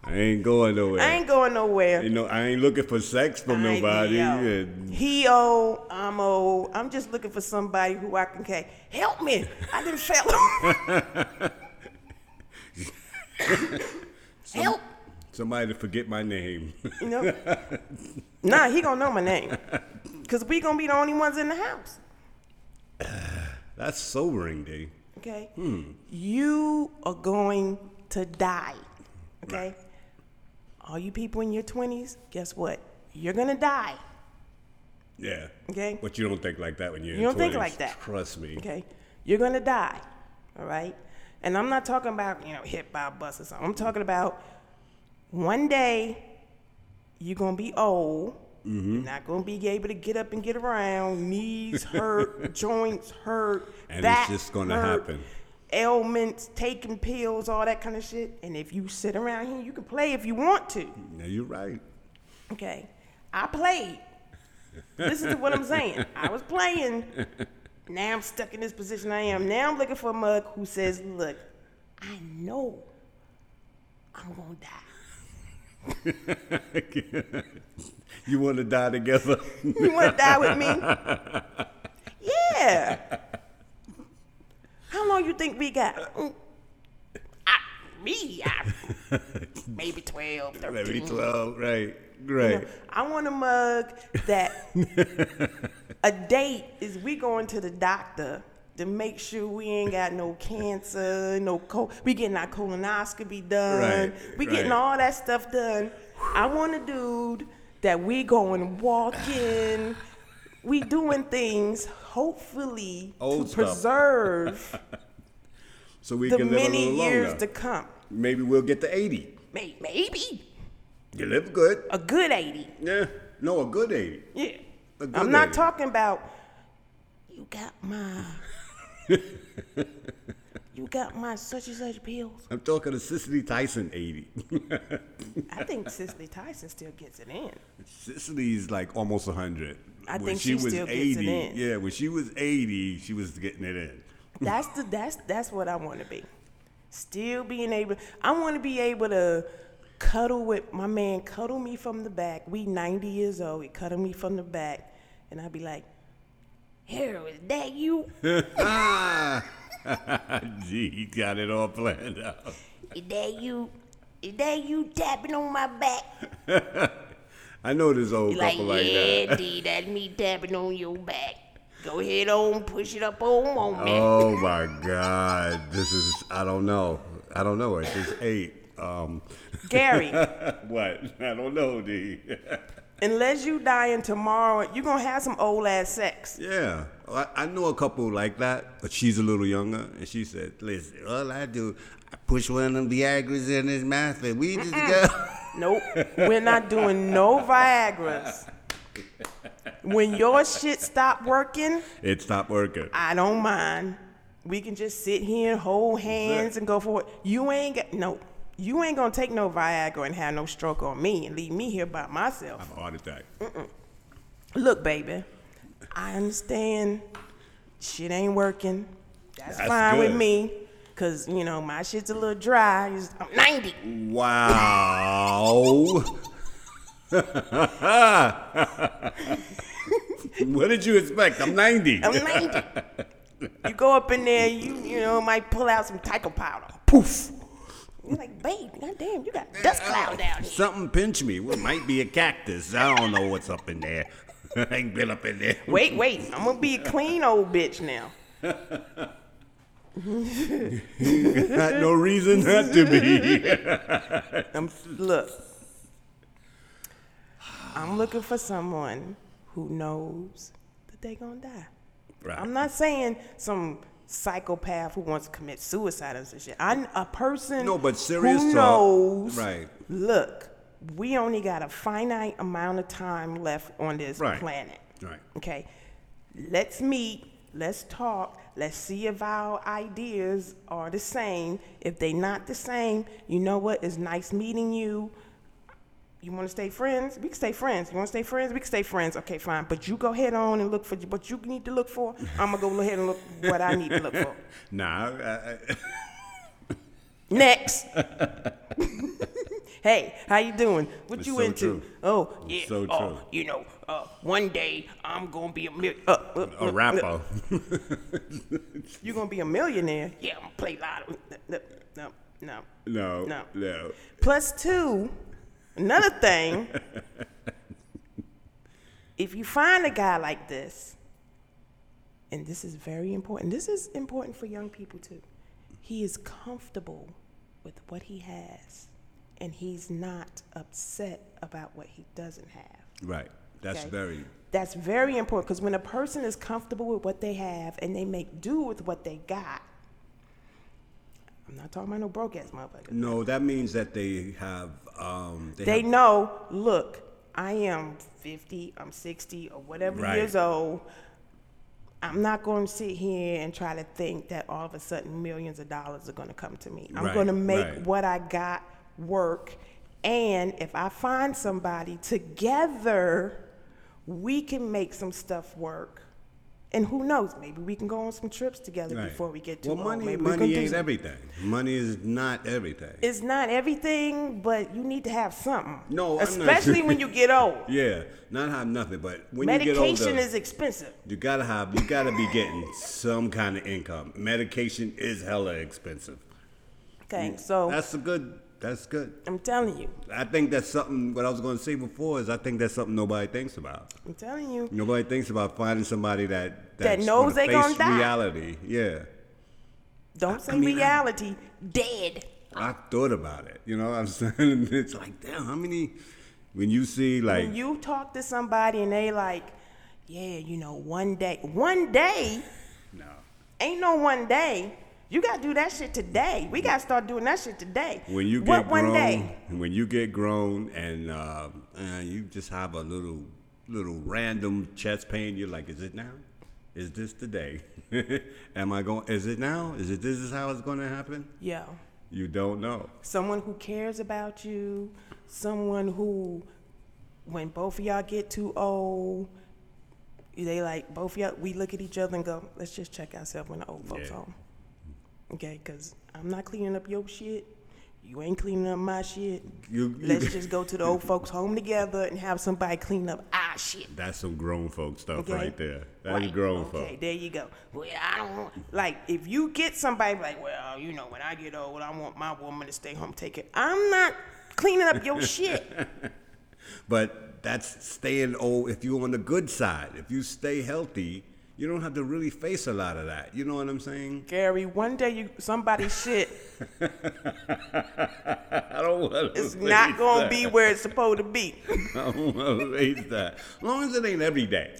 Speaker 1: I ain't going nowhere.
Speaker 2: I ain't going nowhere.
Speaker 1: you know, I ain't looking for sex from
Speaker 2: I ain't
Speaker 1: nobody.
Speaker 2: yo.
Speaker 1: and-
Speaker 2: He old, I'm old. I'm just looking for somebody who I can say, help me. I didn't fail. <laughs>
Speaker 3: Help!
Speaker 1: Somebody to forget my name. <laughs>
Speaker 2: You know? nah, he gonna know my name. Cause we gonna be the only ones in the house.
Speaker 1: That's sobering, D.
Speaker 2: Okay? You are going to die. Okay? All you people in your twenties, guess what? You're gonna die.
Speaker 1: Yeah.
Speaker 2: Okay.
Speaker 1: But you don't think like that when you're
Speaker 2: You
Speaker 1: in
Speaker 2: don't think
Speaker 1: 20s.
Speaker 2: like that.
Speaker 1: Trust me.
Speaker 2: Okay? You're gonna die. All right? And I'm not talking about, you know, hit by a bus or something. I'm talking about one day you're gonna be old.
Speaker 1: Mm-hmm.
Speaker 2: Not gonna be able to get up and get
Speaker 1: <laughs>
Speaker 2: around. Knees hurt, joints hurt,
Speaker 1: And it's
Speaker 2: back
Speaker 1: just gonna
Speaker 2: hurt,
Speaker 1: happen.
Speaker 2: Ailments, taking pills, all that kind of shit. And if you sit around here, you can play if you want to.
Speaker 1: Yeah, you're right.
Speaker 2: Okay, I played. Listen to what I'm saying. I was playing. Now I'm stuck in this position I am. Now I'm looking for a mug who says, "Look,
Speaker 3: I know. I'm gonna die.
Speaker 1: you want to die together? <laughs>
Speaker 2: You want to die with me? Yeah. How long you think we got? Mm,
Speaker 3: Me,
Speaker 1: <laughs>
Speaker 3: I, maybe 12, 13.
Speaker 1: Maybe 12, right. Right.
Speaker 2: I want a mug
Speaker 1: <laughs>
Speaker 2: that a date is we going to the doctor to make sure we ain't got no cancer, no co. We getting our colonoscopy done.
Speaker 1: Right,
Speaker 2: we getting
Speaker 1: right.
Speaker 2: all that stuff done. I want a dude that we going walking. We doing things hopefully
Speaker 1: Old
Speaker 2: to
Speaker 1: stuff. <laughs>
Speaker 2: preserve
Speaker 1: So we
Speaker 2: the
Speaker 1: can live a
Speaker 2: many
Speaker 1: little
Speaker 2: years
Speaker 1: longer.
Speaker 2: to come.
Speaker 1: Maybe we'll get to 80.
Speaker 3: May- Maybe.
Speaker 1: You live good.
Speaker 2: A good eighty.
Speaker 1: Yeah. No, a good 80.
Speaker 2: Yeah.
Speaker 1: A good
Speaker 2: I'm not
Speaker 1: 80.
Speaker 2: talking about
Speaker 3: You got
Speaker 1: <laughs>
Speaker 3: my. you got my such and such pills.
Speaker 1: I'm talking to Cicely Tyson <laughs> 80.
Speaker 2: I think Cicely Tyson still gets it in.
Speaker 1: Cicely's like almost 100.
Speaker 2: I think she still gets it in.
Speaker 1: Yeah, when she was 80, she was getting it in. <laughs>
Speaker 2: That's the that's that's what I want to be. Still being able, I want to be able to cuddle with my man, cuddle me from the back. We 90 years old, he cuddle me from the back, and I'd be like,
Speaker 3: Here, is that you?
Speaker 1: Ah! Gee, he got it all planned out.
Speaker 3: Is that you? Is that you tapping on my back?
Speaker 1: I know this old
Speaker 3: Like,
Speaker 1: couple like
Speaker 3: yeah,
Speaker 1: that.
Speaker 3: D, that's me tapping on your back. Go ahead on, push it up on, on me.
Speaker 1: Oh my God. This is, I don't know. I don't know. I just ate. Um, <laughs>
Speaker 2: Gary,
Speaker 1: what? I don't know, D. <laughs>
Speaker 2: unless you dying tomorrow, you're going to have some old ass sex.
Speaker 1: yeah. I, I know a couple like that, but she's a little younger. And she said, listen, all I do, I push one of them Viagras in his mouth and we just <laughs> go.
Speaker 2: Nope. We're not doing no Viagras. When your shit stop working,
Speaker 1: It stopped working.
Speaker 2: I don't mind. We can just sit here and hold hands and go for it. You ain't got no. You ain't gonna take no Viagra and have no stroke on me and leave me here by myself.
Speaker 1: Heart attack.
Speaker 2: Look, baby, I understand. Shit ain't working. That's,
Speaker 1: That's
Speaker 2: fine with
Speaker 1: good.
Speaker 2: me, cause you know my shit's a little dry. It's- I'm 90.
Speaker 1: Wow. <laughs> what did you expect? I'm 90.
Speaker 2: I'm 90. you go up in there, you you know might pull out some Tyco powder. Poof.
Speaker 3: You're like, babe, goddamn, you got dust cloud down here.
Speaker 1: Something pinched me. Well, it might be a cactus. I don't know what's up in there. <laughs> I ain't been up in there.
Speaker 2: Wait, wait, I'm gonna be a clean old bitch now.
Speaker 1: Not no reason not to
Speaker 2: <laughs>
Speaker 1: be.
Speaker 2: I'm Um, look. I'm looking for someone who knows that they gonna die.
Speaker 1: Right.
Speaker 2: I'm not saying some psychopath who wants to commit suicide or some shit. I'm a person
Speaker 1: No, but serious talk,
Speaker 2: who knows.
Speaker 1: right.
Speaker 2: Look, we only got a finite amount of time left on this
Speaker 1: Right.
Speaker 2: planet.
Speaker 1: Right.
Speaker 2: Okay. Let's meet. Let's talk. Let's see if our ideas are the same. If they not the same, you know what? It's nice meeting you. You want to stay friends? We can stay friends. You want to stay friends? We can stay friends. Okay, fine. But you go head on and look for what you need to look for. I'm gonna go ahead and look what I need to look
Speaker 1: <laughs>
Speaker 2: for.
Speaker 1: Nah, I,
Speaker 2: <laughs>
Speaker 1: I,
Speaker 2: Next. <laughs> hey, how you doing? What
Speaker 1: It's
Speaker 2: you
Speaker 1: so
Speaker 2: into?
Speaker 1: true.
Speaker 2: Oh, yeah.
Speaker 1: so
Speaker 2: oh,
Speaker 1: true.
Speaker 2: you know, uh, one day I'm gonna be a mil- uh, uh, uh,
Speaker 1: a rapper.
Speaker 2: You gonna be a millionaire? Yeah, I'm gonna play lottery. No, no, no.
Speaker 1: No,
Speaker 2: No.
Speaker 1: no.
Speaker 2: Plus two, another thing. if you find a guy like this, and this is very important. This is important for young people too. He is comfortable with what he has, and he's not upset about what he doesn't have.
Speaker 1: Right. That's
Speaker 2: Okay.
Speaker 1: very.
Speaker 2: That's very important because when a person is comfortable with what they have and they make do with what they got, I'm not talking about no broke ass motherfucker.
Speaker 1: No, that means that they have. Um, they
Speaker 2: They
Speaker 1: have,
Speaker 2: know, look, I am 50, I'm 60, or whatever
Speaker 1: Right.
Speaker 2: years old. I'm not going to sit here and try to think that all of a sudden millions of dollars are going to come to me. I'm
Speaker 1: Right,
Speaker 2: going to make
Speaker 1: right.
Speaker 2: what I got work. And if I find somebody together, we can make some stuff work. And who knows? Maybe we can go on some trips together
Speaker 1: right.
Speaker 2: before we get too
Speaker 1: Well,
Speaker 2: old.
Speaker 1: money,
Speaker 2: Maybe we can
Speaker 1: money
Speaker 2: do
Speaker 1: ain't
Speaker 2: some-
Speaker 1: everything. Money is not everything.
Speaker 2: it's not everything, but you need to have something.
Speaker 1: No, I'm not-
Speaker 2: especially when you get old.
Speaker 1: yeah, not have nothing, but <laughs> when you get
Speaker 2: Medication
Speaker 1: older,
Speaker 2: is expensive.
Speaker 1: You gotta have, you gotta be getting some kind of income. Medication is hella expensive.
Speaker 2: Okay, so
Speaker 1: Mm, That's a good. That's good.
Speaker 2: I'm telling you,
Speaker 1: I think that's something. What I was gonna say before is I think that's something nobody thinks about.
Speaker 2: I'm telling you,
Speaker 1: Nobody thinks about finding somebody that
Speaker 2: That
Speaker 1: that's gonna
Speaker 2: knows they
Speaker 1: face
Speaker 2: gonna die.
Speaker 1: reality. Yeah,
Speaker 2: don't say
Speaker 1: mean, I-
Speaker 2: reality, dead.
Speaker 1: I thought about it. You know, <laughs> what I'm saying it's like, damn, how many? When you see like,
Speaker 2: When you talk to somebody and they like, yeah, you know, one day, one day,
Speaker 1: no,
Speaker 2: ain't no one day. You gotta do that shit today. We gotta start doing that shit today.
Speaker 1: when you get
Speaker 2: what one
Speaker 1: grown,
Speaker 2: day?
Speaker 1: when you get grown, and uh, uh, you just have a little little random chest pain, you're like, is it now? Is this the day? <laughs> Am I going? Is it now? Is it this is how it's going to happen?
Speaker 2: Yo,
Speaker 1: You don't know.
Speaker 2: someone who cares about you, someone who, when both of y'all get too old. They like both of y'all. We look at each other and go, "Let's just check ourselves when the old folks
Speaker 1: Yeah.
Speaker 2: home." Okay, because I'm not cleaning up your shit. You ain't cleaning up my shit.
Speaker 1: You- you- <laughs>
Speaker 2: Let's just go to the old folks' home together and have somebody clean up our shit.
Speaker 1: That's some grown folk stuff
Speaker 2: Okay?
Speaker 1: right there. That's
Speaker 2: Right.
Speaker 1: grown
Speaker 2: Okay,
Speaker 1: folk.
Speaker 2: there you go. Well, I don't want, like, if you get somebody like, well, you know, when I get old, I want my woman to stay home, take it. I'm not cleaning
Speaker 1: <laughs>
Speaker 2: up your shit.
Speaker 1: oh, But that's staying old. If you're on the good side, if you stay healthy, you don't have to really face a lot of that. You know what I'm saying?
Speaker 2: Gary, one day you somebody shit
Speaker 1: <laughs> I don't want to.
Speaker 2: is not gonna be where it's supposed to be.
Speaker 1: <laughs> I don't want to face that. As long as it ain't every day.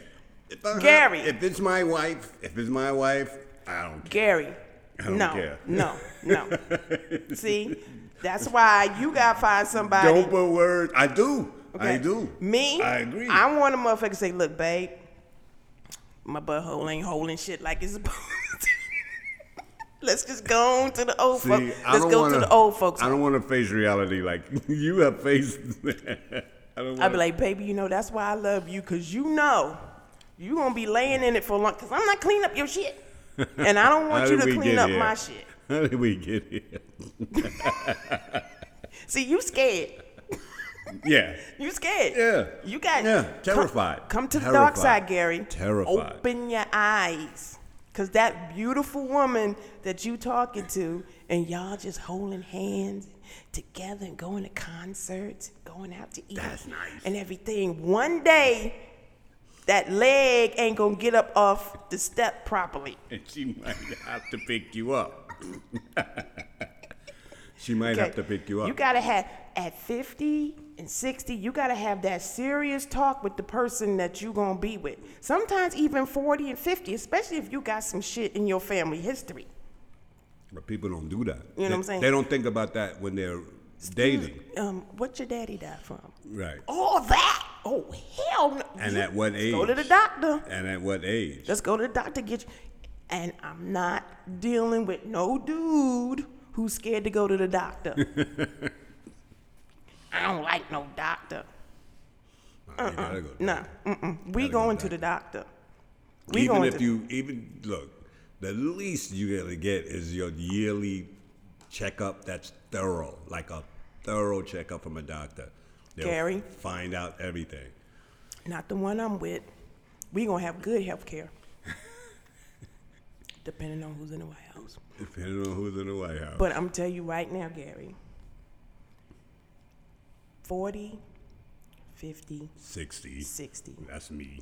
Speaker 1: If I have-
Speaker 2: Gary.
Speaker 1: if it's my wife, if it's my wife, I don't care.
Speaker 2: Gary,
Speaker 1: don't
Speaker 2: no,
Speaker 1: care.
Speaker 2: no, no.
Speaker 1: <laughs>
Speaker 2: See, that's why you gotta find somebody.
Speaker 1: Don't put words. I do. I
Speaker 2: Okay.
Speaker 1: do.
Speaker 2: Me?
Speaker 1: I agree.
Speaker 2: I want a motherfucker to say, look, babe, my butthole ain't holding shit like it's <laughs> supposed to. Let's just go on to the old
Speaker 1: See,
Speaker 2: folks.
Speaker 1: I
Speaker 2: Let's
Speaker 1: don't
Speaker 2: go
Speaker 1: wanna,
Speaker 2: to the old folks.
Speaker 1: I
Speaker 2: I
Speaker 1: don't want to face reality like <laughs> you have faced. <laughs> I don't
Speaker 2: will be
Speaker 1: wanna-
Speaker 2: like, baby, you know, that's why I love you, because you know you going to be laying in it for a long, because I'm not cleaning up your shit. And I don't
Speaker 1: How
Speaker 2: want you
Speaker 1: did
Speaker 2: to
Speaker 1: we
Speaker 2: clean
Speaker 1: get
Speaker 2: up
Speaker 1: here?
Speaker 2: my shit.
Speaker 1: <laughs> How did we get here?
Speaker 2: See, you scared.
Speaker 1: Yeah.
Speaker 2: <laughs> You scared.
Speaker 1: Yeah.
Speaker 2: You got
Speaker 1: Yeah,
Speaker 2: come-
Speaker 1: terrified.
Speaker 2: Come, to the dark
Speaker 1: Terrified.
Speaker 2: side, Gary.
Speaker 1: Terrified.
Speaker 2: Open your eyes. Cause that beautiful woman that you talking to and y'all just holding hands together and going to concerts, going out to eat
Speaker 1: That's nice.
Speaker 2: and everything. One day that leg ain't gonna get up off the step properly.
Speaker 1: And she might have to pick you up. <laughs> she might have to pick you up.
Speaker 2: You gotta have at fifty and sixty. You gotta have that serious talk with the person that you gonna be with. Sometimes even forty and fifty, especially if you got some shit in your family history.
Speaker 1: but people don't do that.
Speaker 2: You know what I'm
Speaker 1: They-
Speaker 2: saying?
Speaker 1: They don't think about that when they're dating.
Speaker 2: Um, what your daddy died from?
Speaker 1: Right.
Speaker 2: All that? Oh hell no!
Speaker 1: And
Speaker 2: You-
Speaker 1: at what age?
Speaker 2: Go to the doctor.
Speaker 1: And at what age?
Speaker 2: Let's go to the doctor get you. And I'm not dealing with no dude who's scared to go to the doctor.
Speaker 1: <laughs>
Speaker 2: I don't like no doctor.
Speaker 1: you gotta go.
Speaker 2: No, mm-mm. we
Speaker 1: Gotta go
Speaker 2: going to
Speaker 1: back.
Speaker 2: the doctor. We
Speaker 1: even
Speaker 2: going
Speaker 1: if
Speaker 2: to
Speaker 1: you even look, the least you gotta get is your yearly checkup that's thorough, like a thorough checkup from a doctor. They'll
Speaker 2: Gary?
Speaker 1: Find out everything.
Speaker 2: not the one I'm with. We gonna have good health care, <laughs> depending on who's in the White House.
Speaker 1: Depending on who's in the White House.
Speaker 2: But I'm tell you right now, Gary. 40, 50,
Speaker 1: Sixty.
Speaker 2: 60.
Speaker 1: That's me.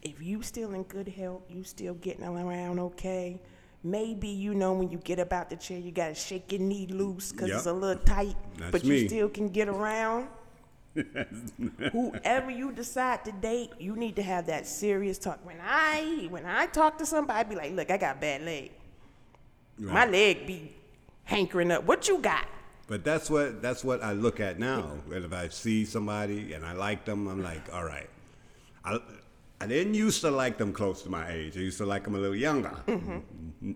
Speaker 2: If you still in good health, you still getting around okay. Maybe you know when you get about the chair, you gotta shake your knee loose because it's a
Speaker 1: Yep.
Speaker 2: little tight,
Speaker 1: That's
Speaker 2: but
Speaker 1: me.
Speaker 2: you still can
Speaker 1: <laughs>
Speaker 2: get around. Whoever you decide to date, you need to have that serious talk. When I when I talk to somebody, I be like, look, I got a bad leg. My
Speaker 1: Right.
Speaker 2: leg be hankering up. What you got?
Speaker 1: But that's what that's what I look at now. And if I see somebody and I like them, I'm like, all right. I I didn't used to like them close to my age. I used to like them a little younger. M-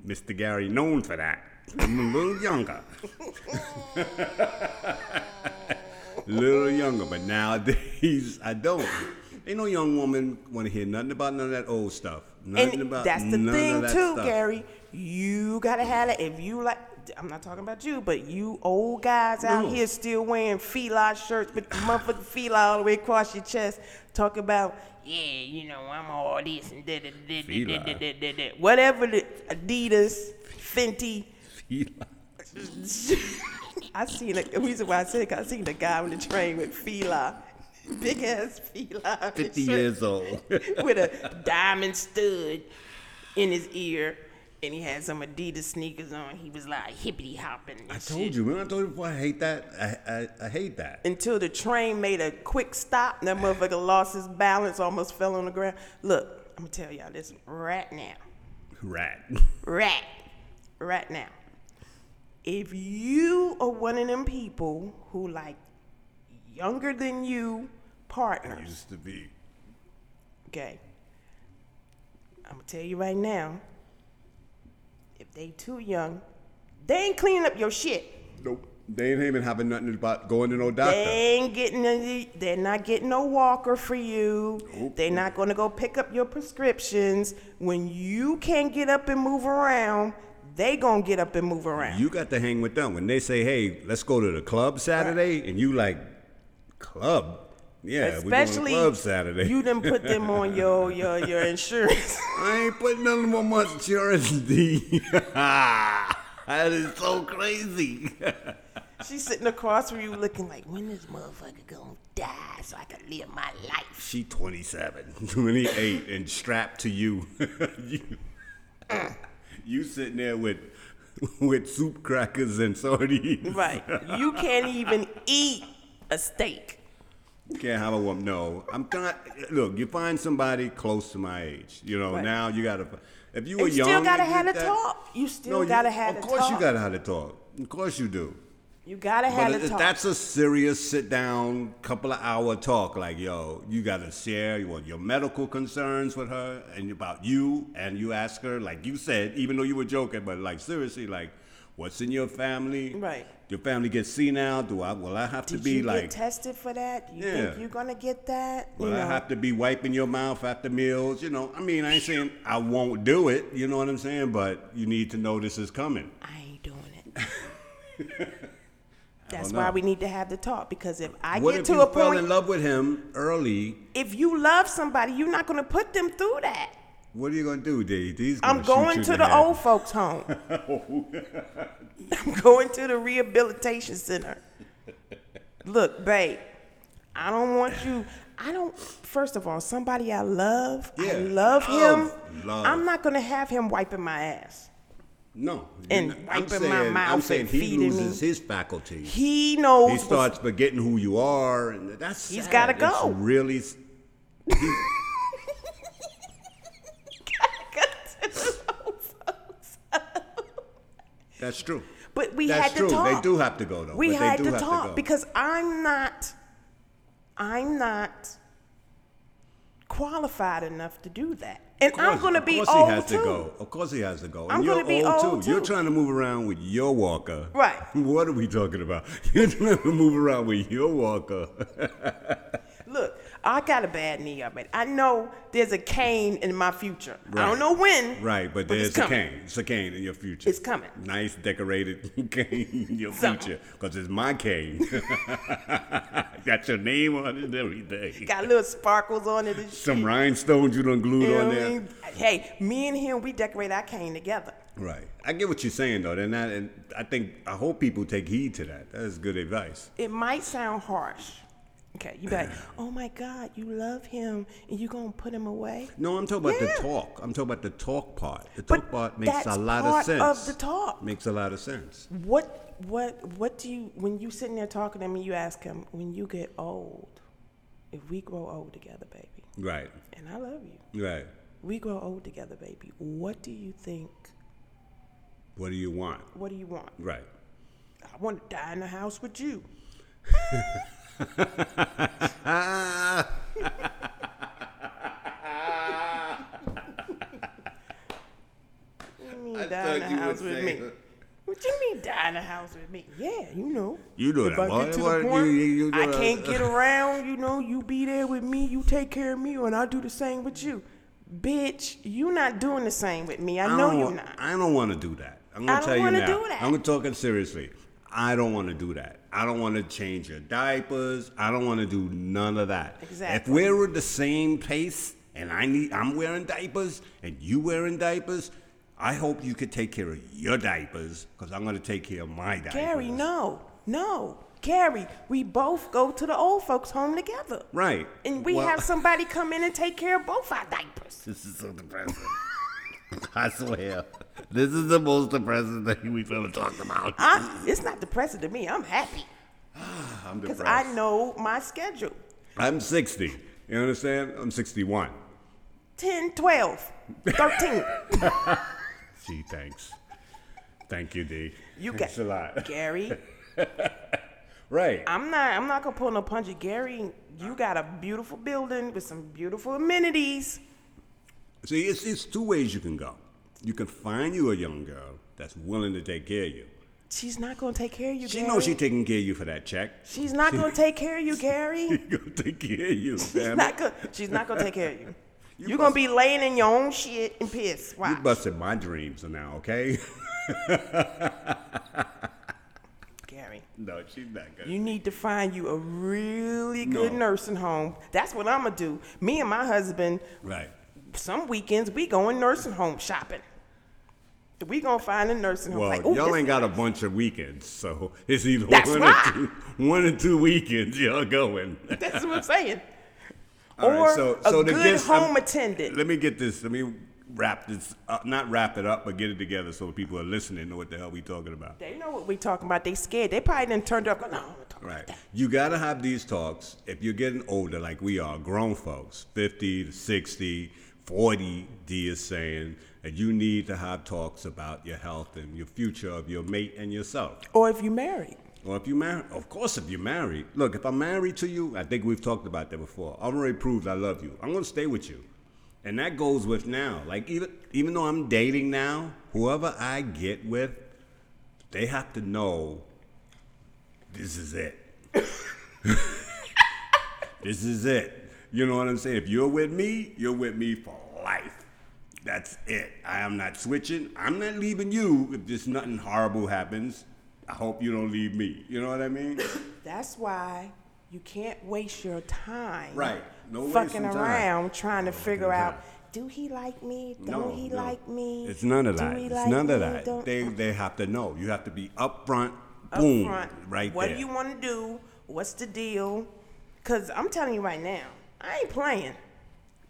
Speaker 1: Mr. Gary known for that. I'm a little younger. <laughs> little younger, but nowadays I don't. Ain't no young woman want to hear nothing about none of that old stuff. Nothing
Speaker 2: And
Speaker 1: about
Speaker 2: that's the
Speaker 1: none
Speaker 2: thing
Speaker 1: of that
Speaker 2: too,
Speaker 1: stuff.
Speaker 2: Gary. You gotta have it. If you like, I'm not talking about you, but you old guys
Speaker 1: No.
Speaker 2: out here still wearing fila shirts with the motherfucking fila all the way across your chest, talking about yeah, you know, I'm all this and da da da da da da da da. Whatever the Adidas, Fenty. <laughs>
Speaker 1: <laughs>
Speaker 2: I seen a the reason why I said it, 'cause I seen the guy on the train with fila, <laughs> big ass fila.
Speaker 1: Fifty years <laughs> old.
Speaker 2: <laughs> with a diamond stud in his ear, and he had some Adidas sneakers on. He was like hippity hopping. and
Speaker 1: I
Speaker 2: shit.
Speaker 1: told you, man. I told you before. I hate that. I, I, I hate that.
Speaker 2: Until the train made a quick stop,
Speaker 1: <laughs>
Speaker 2: and that motherfucker lost his balance, almost fell on the ground. Look, I'm gonna tell y'all this right now,
Speaker 1: Rat. <laughs>
Speaker 2: right, right now. If you are one of them people who like younger than you partners,
Speaker 1: Used to be.
Speaker 2: Okay. I'm gonna tell you right now. If they too young, they ain't cleaning up your shit.
Speaker 1: Nope. They ain't even having nothing about going to no doctor.
Speaker 2: They ain't getting any, they're not getting no walker for you.
Speaker 1: Nope.
Speaker 2: They're not gonna go pick up your prescriptions. When you can't get up and move around, they gonna get up and move around.
Speaker 1: You got to hang with them when they say, "Hey, let's go to the club Saturday," and you like, "Club? Yeah, we going to
Speaker 2: Especially
Speaker 1: the club Saturday."
Speaker 2: you didn't put them on your your your insurance.
Speaker 1: <laughs> I ain't putting nothing on my <laughs> insurance. D. that is so crazy.
Speaker 2: She's sitting across from you looking like, when is
Speaker 3: Motherfucker gonna die so I can live my life.
Speaker 1: She <laughs> 27, 28, and strapped to you. <laughs> you, you sitting there with with soup crackers and sardines.
Speaker 2: Right. You can't even eat a steak.
Speaker 1: <laughs> Can't have a woman. No, I'm trying. Look, you find somebody close to my age. You know,
Speaker 2: Right.
Speaker 1: now you gotta. If you
Speaker 2: You
Speaker 1: were young,
Speaker 2: still gotta
Speaker 1: and
Speaker 2: have
Speaker 1: did
Speaker 2: a
Speaker 1: that-
Speaker 2: talk. You still
Speaker 1: No,
Speaker 2: gotta
Speaker 1: you,
Speaker 2: have a
Speaker 1: Of
Speaker 2: talk.
Speaker 1: course, you gotta have a talk. Of course, you do.
Speaker 2: You gotta have
Speaker 1: But
Speaker 2: a
Speaker 1: it-
Speaker 2: talk.
Speaker 1: that's a serious sit down, couple of hour talk. Like, yo, you gotta share your, your medical concerns with her and about you, and you ask her, like you said, even though you were joking, but like seriously, like, what's in your family?
Speaker 2: Right.
Speaker 1: Your family gets senile. Do I? Will I have to
Speaker 2: Did
Speaker 1: be
Speaker 2: you
Speaker 1: like?
Speaker 2: get tested for that? You
Speaker 1: Yeah.
Speaker 2: think you're gonna get that? You
Speaker 1: Will I
Speaker 2: know.
Speaker 1: have to be wiping your mouth after meals? You know, I mean, I ain't saying I won't do it. You know what I'm saying? But you need to know this is coming.
Speaker 2: I ain't doing it.
Speaker 1: <laughs>
Speaker 2: That's
Speaker 1: know.
Speaker 2: why we need to have the talk because if I
Speaker 1: what
Speaker 2: get
Speaker 1: if
Speaker 2: to
Speaker 1: you
Speaker 2: a
Speaker 1: fell
Speaker 2: point,
Speaker 1: in love with him early?
Speaker 2: if you love somebody, you're not gonna put them through that.
Speaker 1: What are you gonna do, D? D's gonna
Speaker 2: I'm
Speaker 1: shoot
Speaker 2: going
Speaker 1: you
Speaker 2: to
Speaker 1: in
Speaker 2: the
Speaker 1: head.
Speaker 2: old
Speaker 1: <laughs>
Speaker 2: folks' home. I'm going to the rehabilitation center. Look, babe, I don't want you. I don't. First of all, somebody I love,
Speaker 1: Yeah,
Speaker 2: I love,
Speaker 1: love,
Speaker 2: him.
Speaker 1: love.
Speaker 2: I'm not gonna have him wiping my ass.
Speaker 1: No,
Speaker 2: and
Speaker 1: you're not- I'm
Speaker 2: wiping my
Speaker 1: saying- I'm
Speaker 2: mouth
Speaker 1: saying
Speaker 2: and
Speaker 1: he
Speaker 2: feeding
Speaker 1: loses
Speaker 2: me.
Speaker 1: his faculty.
Speaker 2: He knows.
Speaker 1: He
Speaker 2: what's-
Speaker 1: starts forgetting who you are, and that's
Speaker 2: He's
Speaker 1: sad.
Speaker 2: gotta
Speaker 1: It's
Speaker 2: go.
Speaker 1: really, s-
Speaker 2: <laughs>
Speaker 1: that's true.
Speaker 2: But we
Speaker 1: that's
Speaker 2: had to
Speaker 1: true.
Speaker 2: talk.
Speaker 1: They do have to go though.
Speaker 2: We
Speaker 1: but they
Speaker 2: had
Speaker 1: do
Speaker 2: to
Speaker 1: have
Speaker 2: talk
Speaker 1: go.
Speaker 2: because I'm not. I'm not qualified enough to do that, and
Speaker 1: Of
Speaker 2: I'm
Speaker 1: course-
Speaker 2: going to
Speaker 1: of
Speaker 2: be
Speaker 1: course
Speaker 2: old
Speaker 1: he has
Speaker 2: too.
Speaker 1: to go. Of course he has to go. And
Speaker 2: I'm
Speaker 1: you're
Speaker 2: gonna be old,
Speaker 1: You're
Speaker 2: too.
Speaker 1: trying to move around with your walker.
Speaker 2: Right.
Speaker 1: <laughs> What are we talking about? <laughs> You're trying to move around with your walker.
Speaker 2: Look, I got a bad knee already. I know there's a cane in my future. I
Speaker 1: Right.
Speaker 2: don't know when.
Speaker 1: Right, but,
Speaker 2: it's
Speaker 1: there's a
Speaker 2: coming.
Speaker 1: cane. It's a cane in your future.
Speaker 2: It's coming.
Speaker 1: Nice decorated <laughs> cane in your
Speaker 2: Something.
Speaker 1: future. Because it's my cane. <laughs> Got your name on it and everything.
Speaker 2: Got little sparkles on it. And
Speaker 1: Some rhinestones you done glued on there.
Speaker 2: Hey, me and him, we decorate our cane together.
Speaker 1: Right. I get what you're saying though. They're not, and I think I hope people take heed to that. That is good advice.
Speaker 2: It might sound harsh. Okay, you
Speaker 1: <clears throat>
Speaker 2: be like, oh my God, you love him and you gonna put him away?
Speaker 1: No, I'm talking about
Speaker 2: Yeah.
Speaker 1: the talk. I'm talking about the talk part. The
Speaker 2: But
Speaker 1: talk part makes
Speaker 2: that's
Speaker 1: a lot
Speaker 2: part
Speaker 1: of sense.
Speaker 2: of the talk.
Speaker 1: makes a lot of sense.
Speaker 2: What what what do you when you sitting there talking to me, you ask him, when you get old, if we grow old together, baby,
Speaker 1: Right.
Speaker 2: and I love you.
Speaker 1: Right.
Speaker 2: We grow old together, baby. What do you think?
Speaker 1: What do you want?
Speaker 2: What do you want?
Speaker 1: Right.
Speaker 2: I want to die in the house with you.
Speaker 1: Ah!
Speaker 2: you mean die in the house with me? What you mean die in the house with me? Yeah, you know.
Speaker 1: You know
Speaker 2: If
Speaker 1: that.
Speaker 2: I
Speaker 1: boy.
Speaker 2: get to
Speaker 1: What-
Speaker 2: the
Speaker 1: you-
Speaker 2: point
Speaker 1: you- you
Speaker 2: I
Speaker 1: know that. <laughs>
Speaker 2: can't get around, you know, you be there with me, you take care of me, and I do the same with you. Bitch, you not doing the same with me. I, know
Speaker 1: don't
Speaker 2: you're
Speaker 1: wa-
Speaker 2: not.
Speaker 1: I don't want to do that. I'm gonna
Speaker 2: I don't
Speaker 1: tell you
Speaker 2: wanna
Speaker 1: now.
Speaker 2: do that.
Speaker 1: I'm talking seriously. I don't want to do that. I don't want to change your diapers. I don't want to do none of that. If
Speaker 2: Exactly.
Speaker 1: we're at the same place and I need, I'm wearing diapers and you wearing diapers. I hope you could take care of your diapers because I'm gonna take care of my diapers.
Speaker 2: Gary, no, no. Gary, we both go to the old folks' home together.
Speaker 1: Right.
Speaker 2: And we
Speaker 1: Well- <laughs>
Speaker 2: have somebody come in and take care of both our diapers.
Speaker 6: This is so depressing. <laughs> I swear. This is the most depressing thing we've ever talked about.
Speaker 2: I, it's not depressing to me. I'm happy
Speaker 1: I'm
Speaker 2: because
Speaker 1: depressed.
Speaker 2: I know my schedule.
Speaker 1: I'm 60. You understand? I'm 61.
Speaker 2: 10, 12,
Speaker 1: <laughs>
Speaker 2: 13.
Speaker 1: Gee, thanks. Thank you, D.
Speaker 2: You got
Speaker 1: Thanks a lot. <laughs>
Speaker 2: Gary.
Speaker 1: Right.
Speaker 2: I'm not. I'm not gonna pull no punches. Gary, you got a beautiful building with some beautiful amenities.
Speaker 1: See, it's, it's two ways you can go. You can find you a young girl that's willing to take care of you.
Speaker 2: She's not gonna take care of you.
Speaker 1: She
Speaker 2: Gary.
Speaker 1: knows she's taking care of you for that check.
Speaker 2: She's not gonna take care of you,
Speaker 1: <laughs>
Speaker 2: Gary.
Speaker 1: She gonna take care of you,
Speaker 2: She's
Speaker 1: damn
Speaker 2: not
Speaker 1: it.
Speaker 2: gonna. She's not gonna take care of you.
Speaker 1: <laughs> You
Speaker 2: You're gonna
Speaker 1: must-
Speaker 2: be laying in your own shit and piss. Why?
Speaker 1: You busted my dreams now, okay? <laughs>
Speaker 2: Gary.
Speaker 1: no, she's not gonna.
Speaker 2: You need to find you a really good
Speaker 1: No.
Speaker 2: nursing home. That's what I'm gonna do. Me and my husband,
Speaker 1: Right.
Speaker 2: some weekends we go in nursing home shopping. We gonna find a nursing home.
Speaker 1: Well,
Speaker 2: like, "Ooh,
Speaker 1: y'all
Speaker 2: this- <laughs>
Speaker 1: ain't got a bunch of weekends, so <laughs> it's either
Speaker 2: That's
Speaker 1: one
Speaker 2: right.
Speaker 1: or two, one or two weekends y'all going.
Speaker 2: That's what I'm saying.
Speaker 1: All
Speaker 2: or
Speaker 1: right, so- so
Speaker 2: a
Speaker 1: to
Speaker 2: good
Speaker 1: get- I'm-
Speaker 2: home attendant.
Speaker 1: Let me get this. Let me wrap this up. Not wrap it up, but get it together so the people who are listening know what the hell we talking about.
Speaker 2: They know what we talking about. They scared. They probably done turned up. No, I don't wanna talk about
Speaker 1: Right.
Speaker 2: that."
Speaker 1: You gotta have these talks. If you're getting older, like we are, grown folks, 50 to 60, 40, D is saying, that you need to have talks about your health and your future of your mate and yourself.
Speaker 2: Or if you married.
Speaker 1: Or if you marry, of course, if you're married. Look, if I'm married to you, I think we've talked about that before. I've already proved I love you. I'm gonna stay with you, and that goes with now. Like even even though I'm dating now, whoever I get with, they have to know this is it. this is it. You know what I'm saying? If you're with me, you're with me for life. That's it. I am not switching. I'm not leaving you if just nothing horrible happens. I hope you don't leave me. You know what I mean?
Speaker 2: That's why you can't waste your time.
Speaker 1: Right. No wasting
Speaker 2: fucking
Speaker 1: time.
Speaker 2: around trying to figure
Speaker 1: time.
Speaker 2: out do he like me? Don't
Speaker 1: No,
Speaker 2: he
Speaker 1: no.
Speaker 2: like me?
Speaker 1: It's none of
Speaker 2: Do
Speaker 1: that.
Speaker 2: he
Speaker 1: It's
Speaker 2: like
Speaker 1: none of
Speaker 2: me?
Speaker 1: that.
Speaker 2: Don't-
Speaker 1: They they have to know. You have to be upfront.
Speaker 2: up
Speaker 1: boom.
Speaker 2: front,
Speaker 1: Right
Speaker 2: What
Speaker 1: there.
Speaker 2: do you want to do? What's the deal? Cause I'm telling you right now, I ain't playing.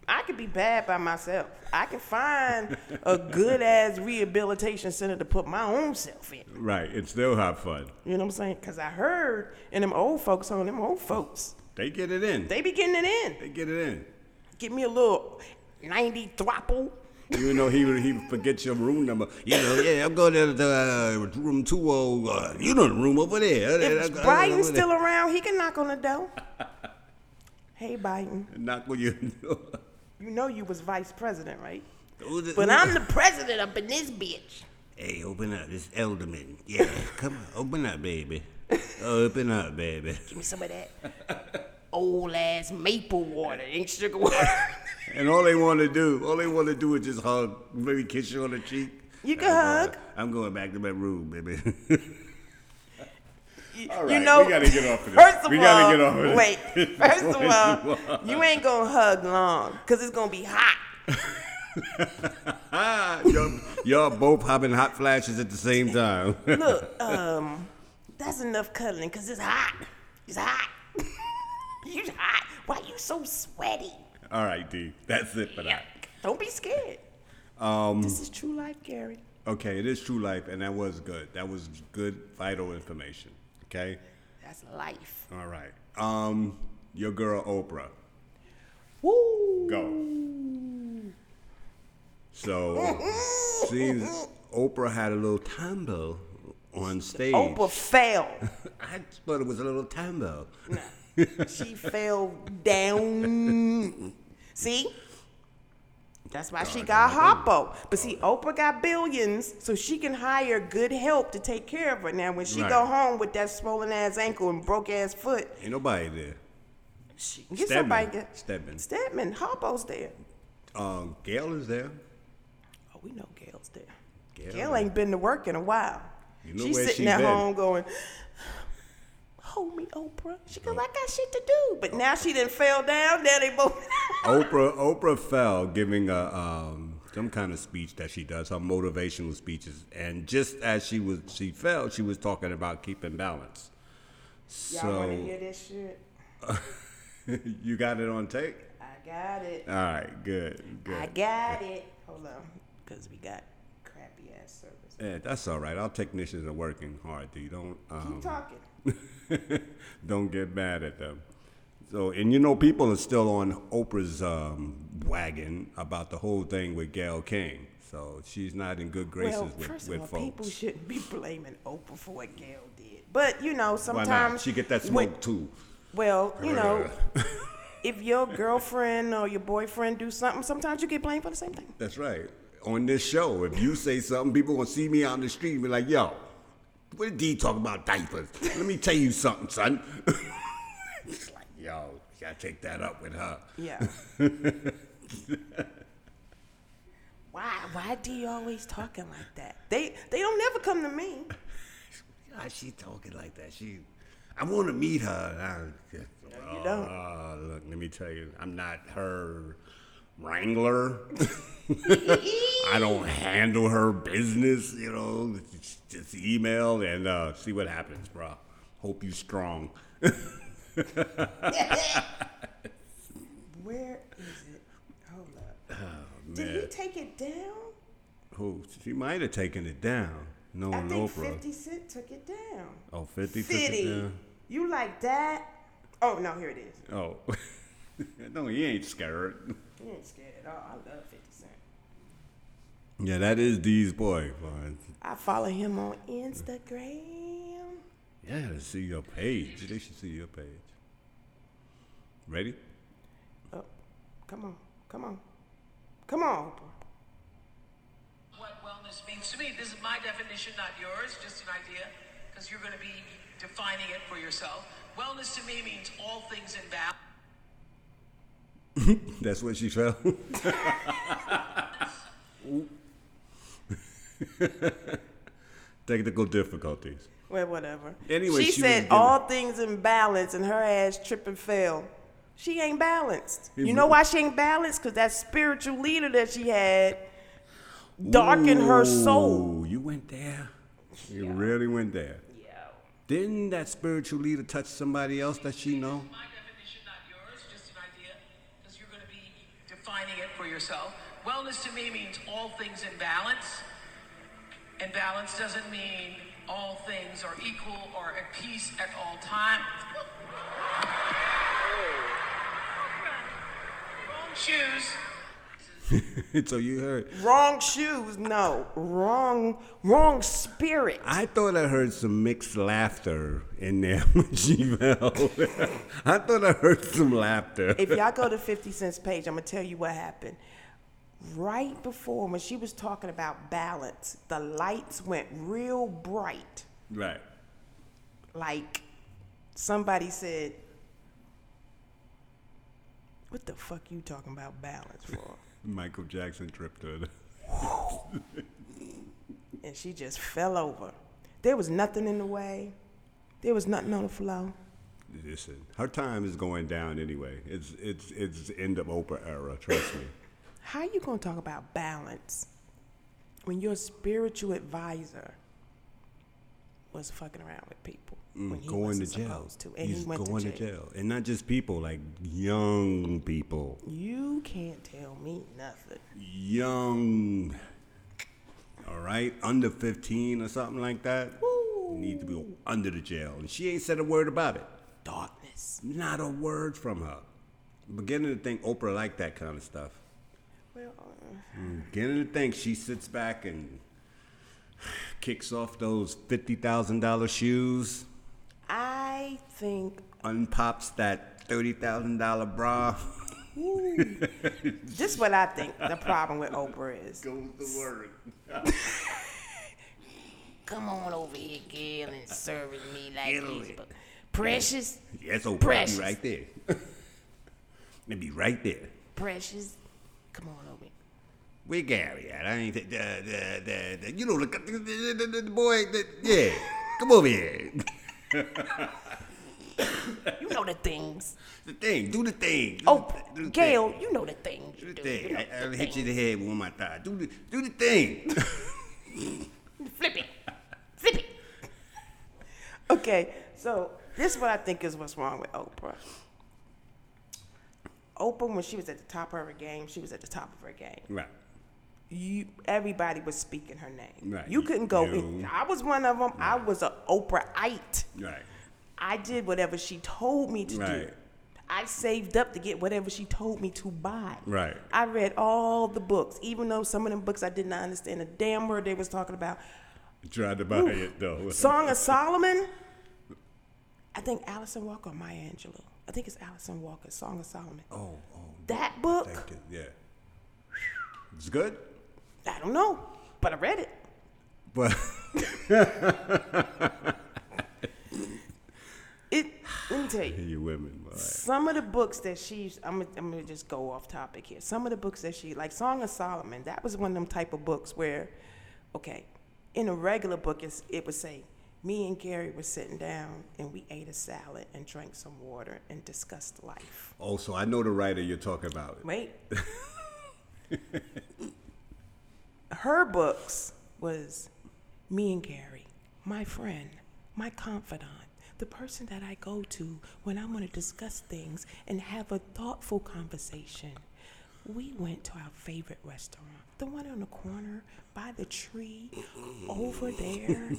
Speaker 2: I could be bad by myself. I can find a good ass rehabilitation center to put my own self in.
Speaker 1: Right. And still have fun.
Speaker 2: You know what I'm saying? Cause I heard in them old folks home, them old folks,
Speaker 1: They get it in.
Speaker 2: they be getting it in.
Speaker 1: They get it in.
Speaker 2: Give me a little 90 thwapple.
Speaker 1: Even though he would- he would forget your room number. You know, yeah, I'm going to the uh, room 2 uh, You know the room over there.
Speaker 2: If
Speaker 1: Uh, uh,
Speaker 2: Biden's
Speaker 1: over
Speaker 2: still
Speaker 1: there.
Speaker 2: around, he can knock on the door. hey Biden,
Speaker 1: Knock on your door.
Speaker 2: you know you was vice president, right?
Speaker 1: Who's it-
Speaker 2: But
Speaker 1: who-
Speaker 2: I'm the president up in this bitch.
Speaker 1: Hey, open up. This Elderman. Yeah, come on. Open up,
Speaker 2: <laughs>
Speaker 1: baby. Open up, baby.
Speaker 3: Give me some of that old ass maple water, ain't
Speaker 2: <laughs>
Speaker 3: sugar water.
Speaker 1: And all they want to do, all they want to do is just hug, maybe kiss you on the cheek.
Speaker 2: You can
Speaker 1: I'm
Speaker 2: hug.
Speaker 1: going- I'm going back to my room, baby. <laughs>
Speaker 2: You,
Speaker 1: All
Speaker 2: you
Speaker 1: right, we
Speaker 2: know,
Speaker 1: gotta get off of this.
Speaker 2: First of
Speaker 1: We
Speaker 2: all,
Speaker 1: gotta get off of this. <laughs>
Speaker 2: wait. First of all, you ain't gonna hug long, cause it's gonna be hot.
Speaker 1: y'all, y'all both having hot flashes at the same time. <laughs>
Speaker 2: Look, um, that's enough cuddling, cause it's hot. It's hot.
Speaker 3: you hot. Why you so sweaty?
Speaker 1: all right, D. That's it for that.
Speaker 2: Don't be scared. this is true life, Gary.
Speaker 1: Okay, it is true life, and that was good. That was good, vital information. Okay?
Speaker 3: That's life.
Speaker 1: All right. Um, Your girl, Oprah.
Speaker 2: Woo!
Speaker 1: Go.
Speaker 2: <laughs>
Speaker 1: So, seems Oprah had a little tumble on stage.
Speaker 2: Oprah fell.
Speaker 1: I thought it was a little tumble.
Speaker 2: She fell down. See? That's why she got Hoppo. But see, Oprah got billions, so she can hire good help to take care of her. Now, when she go
Speaker 1: Right.
Speaker 2: home with that swollen ass ankle and broke ass foot,
Speaker 1: Ain't nobody there.
Speaker 2: she can get
Speaker 1: Stedman.
Speaker 2: somebody. Get,
Speaker 1: Stedman.
Speaker 2: Stedman. Hoppo's there.
Speaker 1: Um, Gail is there.
Speaker 2: Oh, we know Gail's there.
Speaker 1: Gail
Speaker 2: Gail, ain't been to work in a while.
Speaker 1: You know
Speaker 2: She's
Speaker 1: where
Speaker 2: sitting
Speaker 1: she
Speaker 2: at
Speaker 1: been.
Speaker 2: home going, "Hold me, Oprah." She goes, "I got shit to do," but now she didn't fell down. Now they both. <laughs>
Speaker 1: Oprah Oprah fell giving a um, some kind of speech that she does, her motivational speeches, and just as she was she fell, she was talking about keeping balance.
Speaker 2: Y'all
Speaker 1: So
Speaker 2: want
Speaker 1: <laughs>
Speaker 2: to hear this shit?
Speaker 1: you got it on tape.
Speaker 2: I got it.
Speaker 1: All right, good, good.
Speaker 2: I got it. Hold on, because we got crappy ass service.
Speaker 1: Yeah, that's all right. Our technicians are working hard. D. Don't
Speaker 2: Keep
Speaker 1: um,
Speaker 2: talking.
Speaker 1: <laughs> don't get mad at them. So, and you know, people are still on Oprah's um, wagon about the whole thing with Gail King. So she's not in good graces
Speaker 2: Well,
Speaker 1: with,
Speaker 2: first
Speaker 1: with
Speaker 2: of all,
Speaker 1: folks.
Speaker 2: people shouldn't be blaming Oprah for what Gail did. But you know,
Speaker 1: Why
Speaker 2: sometimes
Speaker 1: not? She get that smoke uh,
Speaker 2: when-
Speaker 1: too.
Speaker 2: Well, you know, if your girlfriend or your boyfriend do something, sometimes you get blamed for the same thing.
Speaker 1: <laughs> That's right. On this show, if you say something, people gonna see me out in the street and be like, "Yo, what did D talk about diapers? Let me tell you something, son." <laughs> it's like, yo, you gotta take that up with her. <laughs>
Speaker 2: Yeah.
Speaker 3: Why?
Speaker 2: Why do you always talking like that? They they don't never come to me.
Speaker 1: God, she talking like that. She, I want to meet her. And I,
Speaker 2: you don't.
Speaker 1: Uh, look, let me tell you, I'm not her wrangler. <laughs> I don't handle her business, you know. Just- Just email and uh, see what happens, bro. Hope you strong.
Speaker 2: Where is it? Hold up. Did he
Speaker 1: man.
Speaker 2: take it down?
Speaker 1: Who? She might have taken it down. No,
Speaker 2: I
Speaker 1: no,
Speaker 2: think
Speaker 1: bro.
Speaker 2: 50 Cent took it down.
Speaker 1: Oh, 50 took it
Speaker 2: City.
Speaker 1: down.
Speaker 2: You like that? Oh, no, here it is.
Speaker 1: Oh, <laughs> no, he ain't scared.
Speaker 2: You ain't scared at all. I love 50 Cent.
Speaker 1: Yeah, that is D's boy. man.
Speaker 2: I follow him on Instagram.
Speaker 1: Yeah, to see your page. They should see your page. Ready? <laughs>
Speaker 2: Oh, come on. Come on. Come on, Oprah.
Speaker 7: what wellness means to me. This is my definition, not yours, just an idea, because you're going to be defining it for yourself. Wellness to me means all things in balance.
Speaker 1: That's what she felt. <laughs> Technical difficulties.
Speaker 2: Well, whatever.
Speaker 1: Anyway,
Speaker 2: she,
Speaker 1: she was
Speaker 2: said
Speaker 1: giving-
Speaker 2: all things in balance, and her ass trip and fell. She ain't balanced.
Speaker 1: He
Speaker 2: You know
Speaker 1: wa-
Speaker 2: why she ain't balanced? Because that spiritual leader that she had darkened her soul.
Speaker 1: Ooh, You went there. You really went there. Didn't that spiritual leader touch somebody else that she know? <laughs>
Speaker 7: My definition, not yours, just an idea, because you're going to be defining it for yourself. Wellness to me means all things in balance, and balance doesn't mean all things are equal or at peace at all times. Wrong shoes.
Speaker 1: so you heard.
Speaker 2: Wrong shoes, no. Wrong, wrong spirit.
Speaker 1: I thought I heard some mixed laughter in there <laughs> with Gmail. <laughs> I thought I heard some laughter.
Speaker 2: if y'all go to 50 Cent's page, I'm going to tell you what happened. Right before, when she was talking about balance, the lights went real bright.
Speaker 1: Right.
Speaker 2: Like somebody said, What the fuck you talking about balance
Speaker 1: <laughs>
Speaker 2: for?
Speaker 1: Michael Jackson tripped her.
Speaker 2: and she just fell over. There was nothing in the way, there was nothing on the floor.
Speaker 1: Listen, her time is going down anyway. It's it's it's end of Oprah era. Trust me.
Speaker 2: How you gonna talk about balance when your spiritual advisor was fucking around with people <coughs> when
Speaker 1: Mm,
Speaker 2: he
Speaker 1: going to
Speaker 2: wasn't
Speaker 1: jail.
Speaker 2: supposed to, and
Speaker 1: He's
Speaker 2: he went
Speaker 1: going
Speaker 2: to
Speaker 1: to
Speaker 2: jail.
Speaker 1: jail, and not just people like young people,
Speaker 2: You can't tell me nothing.
Speaker 1: young. All right, under fifteen or something like that. Need to be under the jail, and she ain't said a word about it.
Speaker 2: Darkness.
Speaker 1: Not a word from her. Beginning to think Oprah liked that kind of stuff.
Speaker 2: Well, uh,
Speaker 1: Beginning to think she sits back and kicks off those fifty thousand dollar shoes,
Speaker 2: I think
Speaker 1: unpops that thirty thousand dollar bra.
Speaker 2: this is what I think the problem with Oprah
Speaker 1: <laughs>
Speaker 2: is.
Speaker 1: Goes to work.
Speaker 3: Come on over here, girl,
Speaker 1: Uh,
Speaker 3: and serve it me like
Speaker 1: Italy.
Speaker 3: this. But precious,
Speaker 1: That's Oprah.
Speaker 3: Precious.
Speaker 1: Be right there. it be right there. <laughs>
Speaker 3: precious. Come on over.
Speaker 1: Where Gary at? I ain't th- the, the, the, the, you know the, the, the, the, the boy. The, yeah, come over here.
Speaker 3: You know the things.
Speaker 1: The thing, do the thing. Do
Speaker 3: Oh,
Speaker 1: the, do the
Speaker 3: Gail,
Speaker 1: thing.
Speaker 3: you know the things.
Speaker 1: do
Speaker 3: You
Speaker 1: the
Speaker 3: do.
Speaker 1: thing.
Speaker 3: You know
Speaker 1: I, I'll
Speaker 3: the
Speaker 1: hit you
Speaker 3: things.
Speaker 1: in the head with my thigh. Do the, do the thing. <laughs>
Speaker 3: Flip it. Flip it.
Speaker 2: Okay, so this is what I think is what's wrong with Oprah. Oprah, when she was at the top of her game, she was at the top of her game.
Speaker 1: right.
Speaker 2: you everybody was speaking her name.
Speaker 1: Right.
Speaker 2: You couldn't go. in.
Speaker 1: You-
Speaker 2: I was one of them. I was an Oprahite.
Speaker 1: Right.
Speaker 2: I did whatever she told me to do.
Speaker 1: Right.
Speaker 2: I saved up to get whatever she told me to buy.
Speaker 1: Right.
Speaker 2: I read all the books, even though some of them books I did not understand a damn word they was talking about.
Speaker 1: Tried to buy it though. <laughs>
Speaker 2: <laughs> Song of Solomon. I think Allison Walker, or Maya Angelou. I think it's Allison Walker, Song of Solomon.
Speaker 1: Oh, oh.
Speaker 2: That book,
Speaker 1: Thank you. Yeah. It's good,
Speaker 2: I don't know, but I read it.
Speaker 1: but <laughs>
Speaker 2: It. Let me tell <sighs> you.
Speaker 1: you women, all right.
Speaker 2: Some of the books that she's, I'm, gonna- I'm gonna just go off topic here. Some of the books that she, like Song of Solomon, that was one of them type of books where, okay, in a regular book, it's, it would say, me and Gary were sitting down and we ate a salad and drank some water and discussed life.
Speaker 1: Oh, so I know the writer you're talking about.
Speaker 2: Wait. <laughs> her books was me and Gary, my friend, my confidant, the person that I go to when I want to discuss things and have a thoughtful conversation. We went to our favorite restaurant, the one on the corner by the tree
Speaker 6: <laughs>
Speaker 2: over there.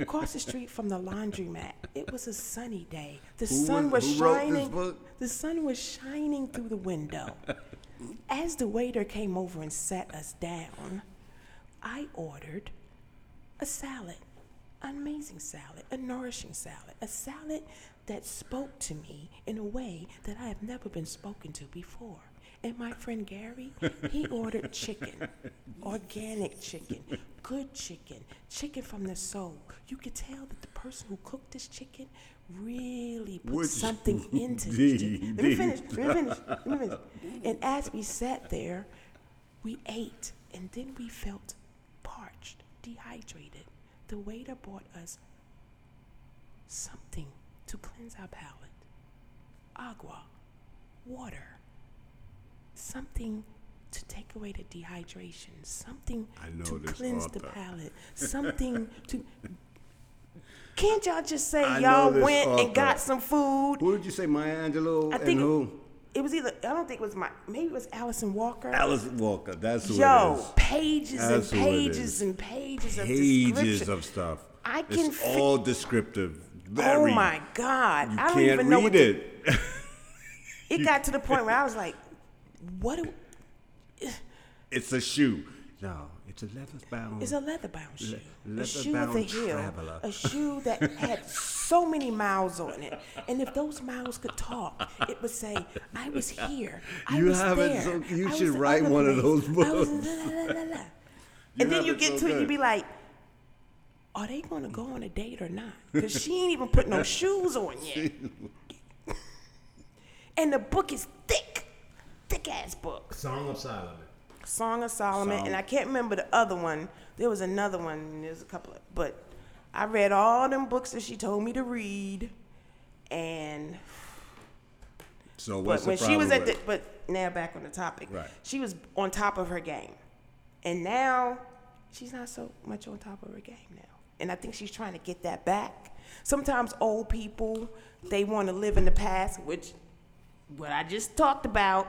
Speaker 2: Across the street from the laundromat, it was a sunny day. The sun
Speaker 6: was-
Speaker 2: was,
Speaker 6: who wrote this
Speaker 2: shining.
Speaker 6: book?
Speaker 2: The sun was shining through
Speaker 6: <laughs>
Speaker 2: the window. As the waiter came over and sat us down, I ordered a salad, an amazing salad, a nourishing salad, a salad that spoke to me in a way that I have never been spoken to before. And my friend Gary, he ordered chicken, organic chicken, good chicken, chicken from the soul. You could tell that the person who cooked this chicken really put
Speaker 1: Which-
Speaker 2: something into this
Speaker 1: Dee,
Speaker 2: chicken. Let me
Speaker 1: dee.
Speaker 2: finish. Let me finish. Let me finish. And as we sat there, we ate, and then we felt parched, dehydrated. The waiter brought us something to cleanse our palate agua, water, something to take away the dehydration, something
Speaker 1: I know
Speaker 2: to
Speaker 1: this
Speaker 2: cleanse the
Speaker 1: author. <laughs>
Speaker 2: palate, something to. Can't y'all just say
Speaker 1: I know
Speaker 2: y'all
Speaker 1: this
Speaker 2: went
Speaker 1: author.
Speaker 2: and got some food?
Speaker 1: Who did you say, Maya Angelou?
Speaker 2: I
Speaker 1: and
Speaker 2: think
Speaker 1: who?
Speaker 2: it was either I don't think it was my maybe it was Allison Walker.
Speaker 1: Alice Walker. That's who
Speaker 2: Yo,
Speaker 1: it is.
Speaker 2: pages
Speaker 1: That's who
Speaker 2: and
Speaker 1: it
Speaker 2: pages
Speaker 1: is.
Speaker 2: and pages of
Speaker 1: Pages
Speaker 2: description.
Speaker 1: of stuff.
Speaker 2: I can
Speaker 1: It's
Speaker 2: fi-
Speaker 1: all descriptive.
Speaker 2: oh
Speaker 1: Very.
Speaker 2: my god!
Speaker 1: You
Speaker 2: I don't
Speaker 1: can't
Speaker 2: even
Speaker 1: read
Speaker 2: know. What to-
Speaker 1: it.
Speaker 2: it got to the point where I was like, "What? Do,
Speaker 1: it's a shoe. No, it's a leather
Speaker 6: Mm.
Speaker 1: bound.
Speaker 2: It's a leather bound shoe. a
Speaker 1: leather
Speaker 2: shoe with a
Speaker 1: bound
Speaker 2: heel.
Speaker 1: traveler.
Speaker 2: A shoe that had so many miles on it. And if those miles could talk, it would say, I was here. I
Speaker 6: You
Speaker 2: was
Speaker 6: have it
Speaker 2: there.
Speaker 6: so- you
Speaker 2: I was
Speaker 6: should
Speaker 2: the
Speaker 6: write
Speaker 2: other
Speaker 6: one of
Speaker 2: place.
Speaker 6: those
Speaker 2: I was
Speaker 6: books.
Speaker 2: la, la,
Speaker 6: <laughs>
Speaker 2: la, la, la."
Speaker 1: You
Speaker 2: and then
Speaker 1: have
Speaker 2: you
Speaker 1: it
Speaker 2: get
Speaker 1: so
Speaker 2: to it, you
Speaker 1: good.
Speaker 2: be like, are they going to go on a date or not? Because she ain't even put no
Speaker 6: <laughs>
Speaker 2: shoes on yet. and the book is thick, thick ass book.
Speaker 1: Song of Solomon.
Speaker 2: Song of Solomon,
Speaker 1: Sol-
Speaker 2: and I can't remember the other one. There was another one. and There's a couple of, but I read all them books that she told me to read, and
Speaker 1: So what's
Speaker 2: but
Speaker 1: the
Speaker 2: when she was
Speaker 1: problem
Speaker 2: at the
Speaker 1: with-
Speaker 2: but now back on the topic,
Speaker 1: Right.
Speaker 2: she was on top of her game, and now she's not so much on top of her game now, and I think she's trying to get that back. Sometimes old people they want to live in the past, which what I just talked about.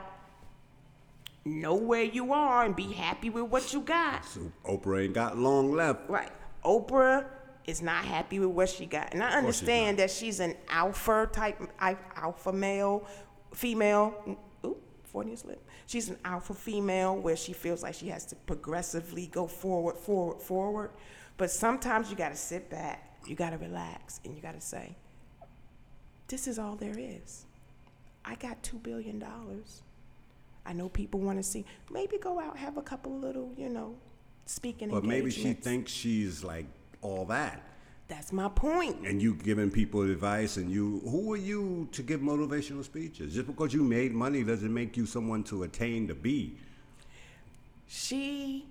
Speaker 2: Know where you are and be happy with what you got.
Speaker 1: So Oprah ain't got long left.
Speaker 2: Right. Oprah is not happy with what she got. And I
Speaker 1: course she's
Speaker 2: understand that she's an alpha type, I- alpha male, female. Ooh, Freudian slip. She's an alpha female where she feels like she has to progressively go forward, forward, forward. But sometimes you got to sit back, you got to relax, and you got to say, this is all there is. I got $2 billion. I know people want to see. Maybe go out, have a couple little, you know, speaking
Speaker 1: But maybe she
Speaker 2: engagements.
Speaker 1: thinks she's like all that.
Speaker 2: That's my point.
Speaker 1: And you giving people advice, and you who are you to give motivational speeches? Just because you made money doesn't make you someone to attain to be.
Speaker 2: She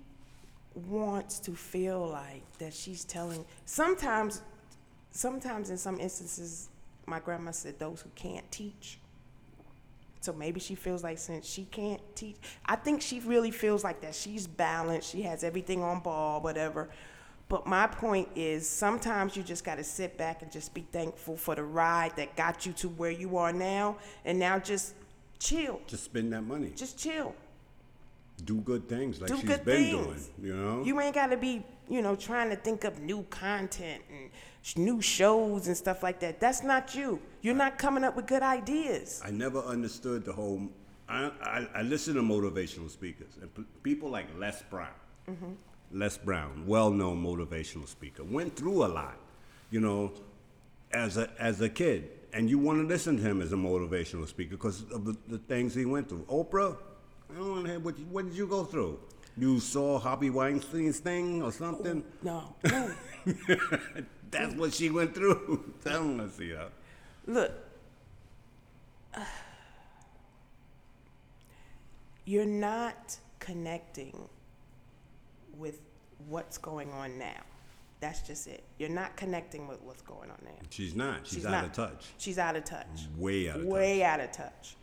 Speaker 2: wants to feel like that she's telling. Sometimes, sometimes in some instances, my grandma said those who can't teach. So maybe she feels like since she can't teach, I think she really feels like that she's balanced, she has everything on ball, whatever. But my point is sometimes you just got to sit back and just be thankful for the ride that got you to where you are now. And now just chill,
Speaker 1: Just spend that money.
Speaker 2: just chill.
Speaker 1: do good things like
Speaker 2: do
Speaker 1: she's
Speaker 2: good
Speaker 1: been doing.
Speaker 2: things.
Speaker 1: You know.
Speaker 2: you ain't gotta be, you know, trying to think up new content and sh- new shows and stuff like that. That's not you. You're not coming up with good ideas.
Speaker 1: I never understood the whole. I, I, I listen to motivational speakers and p- people like Les Brown. Mm-hmm. Les Brown, well-known motivational speaker, went through a lot, you know, as a as a kid, and you want to listen to him as a motivational speaker because of the, the things he went through. Oprah, I don't want to hear what you, what did you go through. You saw Harvey Weinstein's thing or something.
Speaker 2: No,
Speaker 1: <laughs>
Speaker 2: no.
Speaker 1: That's what she went through. <laughs> I don't want to see that.
Speaker 2: Look, <sighs> you're not connecting with what's going on now. That's just it. You're not connecting with what's going on now.
Speaker 1: She's not. She's,
Speaker 2: She's
Speaker 1: out
Speaker 2: not.
Speaker 1: of touch.
Speaker 2: She's out of touch.
Speaker 1: Way out of
Speaker 2: Way out of touch.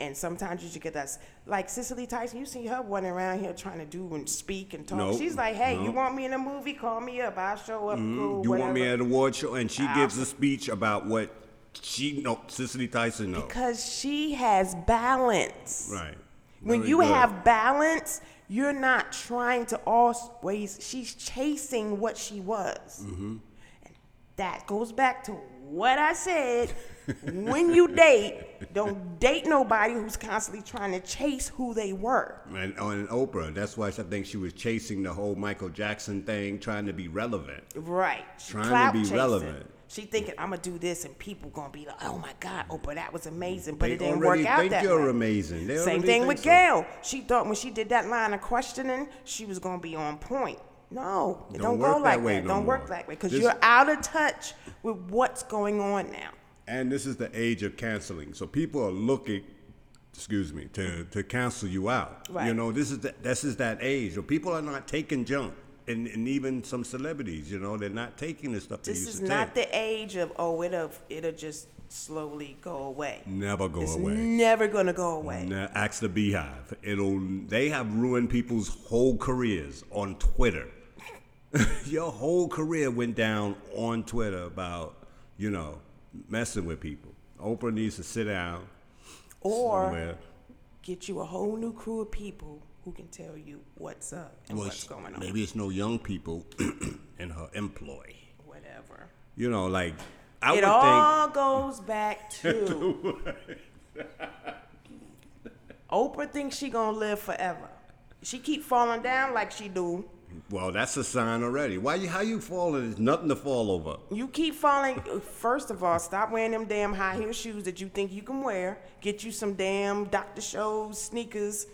Speaker 2: And sometimes you should get that, s- like Cicely Tyson. You see her one around here trying to do and speak and talk.
Speaker 1: Nope,
Speaker 2: She's like, "Hey, you
Speaker 1: nope. Mm-hmm.
Speaker 2: want me in a movie? Call me up. I'll show up. Cool,
Speaker 1: You want me
Speaker 2: whatever."
Speaker 1: at an award show, and she gives a speech about what she know. Cicely Tyson knows.
Speaker 2: Because she has balance.
Speaker 1: Right.
Speaker 2: When
Speaker 1: Very
Speaker 2: you
Speaker 1: good.
Speaker 2: have balance, you're not trying to always, she's chasing what she was.
Speaker 1: Mm-hmm.
Speaker 2: And that goes back to what I said. when
Speaker 1: <laughs>
Speaker 2: you date, don't date nobody who's constantly trying to chase who they were.
Speaker 1: and on Oprah, that's why I think she was chasing the whole Michael Jackson thing, trying to be relevant.
Speaker 2: Right. She
Speaker 1: Trying to
Speaker 2: clout
Speaker 1: be
Speaker 2: chasing.
Speaker 1: relevant.
Speaker 2: She thinking I'm gonna do this, and people gonna be like, "Oh my God, Oprah, that was amazing," but
Speaker 1: They
Speaker 2: it didn't
Speaker 1: already
Speaker 2: work out
Speaker 1: think
Speaker 2: that
Speaker 1: you're
Speaker 2: way.
Speaker 1: amazing. They
Speaker 2: Same
Speaker 1: already
Speaker 2: thing
Speaker 1: think
Speaker 2: with
Speaker 1: so.
Speaker 2: Gail. She thought when she did that line of questioning, she was gonna be on point. No, it
Speaker 1: Don't
Speaker 2: don't,
Speaker 1: work
Speaker 2: go
Speaker 1: that
Speaker 2: like
Speaker 1: way
Speaker 2: that.
Speaker 1: no
Speaker 2: don't work
Speaker 1: more.
Speaker 2: that way because
Speaker 1: This-
Speaker 2: you're out of touch with what's going on now.
Speaker 1: And this is the age of canceling. So people are looking, excuse me, to, to cancel you out. You
Speaker 2: Right.
Speaker 1: know, this is the, this is that age. where people are not taking junk. And, and even some celebrities, you know, they're not taking the stuff they
Speaker 2: This
Speaker 1: used
Speaker 2: is
Speaker 1: to
Speaker 2: not
Speaker 1: take.
Speaker 2: the age of oh, it'll it'll just slowly go away.
Speaker 1: Never go
Speaker 2: it's
Speaker 1: away.
Speaker 2: never gonna go away.
Speaker 1: Now, ask the Beehive. It'll. They have ruined people's whole careers on Twitter. <laughs> Your whole career went down on Twitter about you know messing with people. Oprah needs to sit down
Speaker 2: Or
Speaker 1: somewhere.
Speaker 2: get you a whole new crew of people who can tell you what's up and what's
Speaker 1: sh-
Speaker 2: going on.
Speaker 1: Maybe it's no young people <clears throat> in her employ.
Speaker 2: Whatever.
Speaker 1: You know, like I
Speaker 2: it
Speaker 1: would
Speaker 2: all
Speaker 1: <laughs>
Speaker 2: goes back to Oprah thinks she gonna live forever. She keep falling down like she do.
Speaker 1: think. Well, that's a sign already. Why you? How you falling? There's nothing to fall over.
Speaker 2: You keep falling. First of all, stop wearing them damn high heel shoes that you think you can wear. Get you some damn Dr. Scholl's sneakers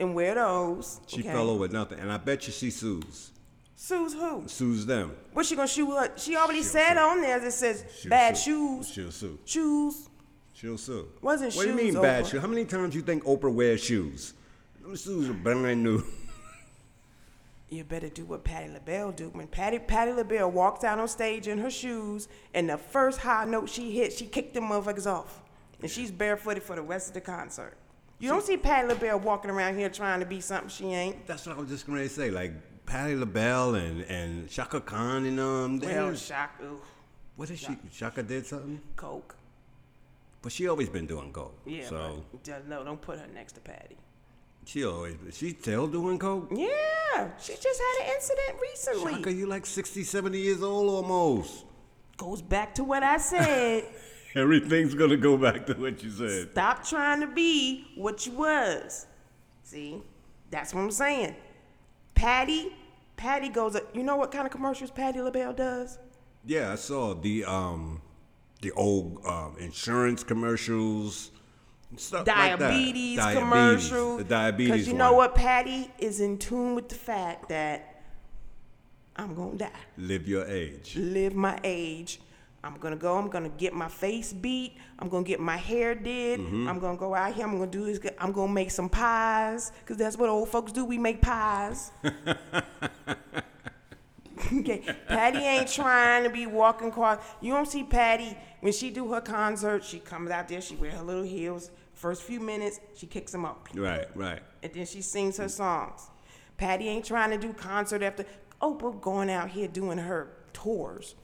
Speaker 2: and wear those.
Speaker 1: She
Speaker 2: okay?
Speaker 1: fell over nothing, and I bet you she sues.
Speaker 2: Sues who?
Speaker 1: Sues them.
Speaker 2: What she gonna shoe her? She already said
Speaker 1: sue.
Speaker 2: on there that says
Speaker 1: She'll
Speaker 2: bad
Speaker 1: sue.
Speaker 2: shoes.
Speaker 1: She'll sue.
Speaker 2: Shoes.
Speaker 1: She'll sue.
Speaker 2: Wasn't
Speaker 1: What do you mean
Speaker 2: shoes,
Speaker 1: bad
Speaker 2: Oprah?
Speaker 1: shoes? How many times you think Oprah wears shoes? Them shoes are brand new. <laughs>
Speaker 2: You better do what Patti LaBelle do. When Patty Patty LaBelle walked out on stage in her shoes, and the first high note she hit, she kicked them motherfuckers off, and she's barefooted for the rest of the concert. You don't see Patty LaBelle walking around here trying to be something she ain't.
Speaker 1: That's what I was just going to say. Like Patti LaBelle and, and Shaka Khan and um. they
Speaker 2: Well,
Speaker 1: was-
Speaker 2: shock, ooh,
Speaker 1: what did she? Shaka did something,
Speaker 2: coke.
Speaker 1: but she always been doing coke.
Speaker 2: Yeah,
Speaker 1: So
Speaker 2: but d- no, don't put her next to Patty.
Speaker 1: she always she still doing coke.
Speaker 2: Yeah, she just had an incident recently.
Speaker 1: Shaka, you like 60, 70 years old almost.
Speaker 2: Goes back to what I said.
Speaker 1: Everything's gonna go back to what you said.
Speaker 2: Stop trying to be what you was. See, that's what I'm saying. Patty, Patty goes. You know what kind of commercials Patty LaBelle does?
Speaker 1: Yeah, I saw the um the old um, insurance commercials, stuff
Speaker 2: Diabetes,
Speaker 1: like that.
Speaker 2: commercials.
Speaker 1: the diabetes.
Speaker 2: Because you know
Speaker 1: one.
Speaker 2: what, Patty is in tune with the fact that I'm gonna die,
Speaker 1: Live your age.
Speaker 2: live my age. I'm gonna go. I'm gonna get my face beat. I'm gonna get my hair did. I'm gonna go out here. I'm gonna do this. I'm gonna make some pies, cause that's what old folks do. We make pies. Okay, Patty ain't trying to be walking cross. You don't see Patty when she do her concert. She comes out there. She wear her little heels. First few minutes, she kicks them up,
Speaker 1: Right, right.
Speaker 2: and then she sings her songs. Patty ain't trying to do concert after. Oprah going out here doing her tours.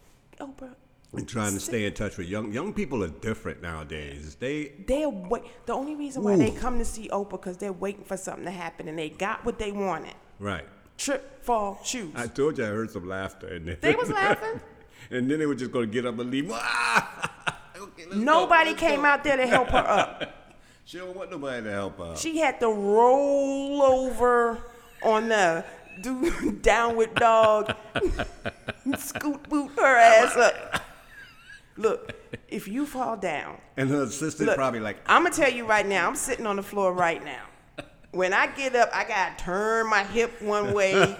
Speaker 2: Oprah,
Speaker 1: And trying to stay in touch with young young people are different nowadays. They
Speaker 2: they're wait. The only reason why they
Speaker 1: Ooh.
Speaker 2: come to see Oprah because they're waiting for something to happen, and they got what they wanted.
Speaker 1: right.
Speaker 2: Trip, fall, shoes.
Speaker 1: I told you I heard some laughter in there.
Speaker 2: They was laughing.
Speaker 1: <laughs> and then they were just gonna get up and leave. <laughs> Ah! Okay, let's go,
Speaker 2: Nobody
Speaker 1: let's
Speaker 2: came
Speaker 1: go.
Speaker 2: out there to help her up.
Speaker 1: <laughs> She don't want nobody to help her.
Speaker 2: She had to roll over on the do downward dog, <laughs> scoot boot her ass up. Look, if you fall down,
Speaker 1: and her assistant
Speaker 2: look,
Speaker 1: probably like
Speaker 2: I'm gonna tell you right now, I'm sitting on the floor right now. When I get up, I gotta turn my hip
Speaker 1: <laughs>
Speaker 2: one way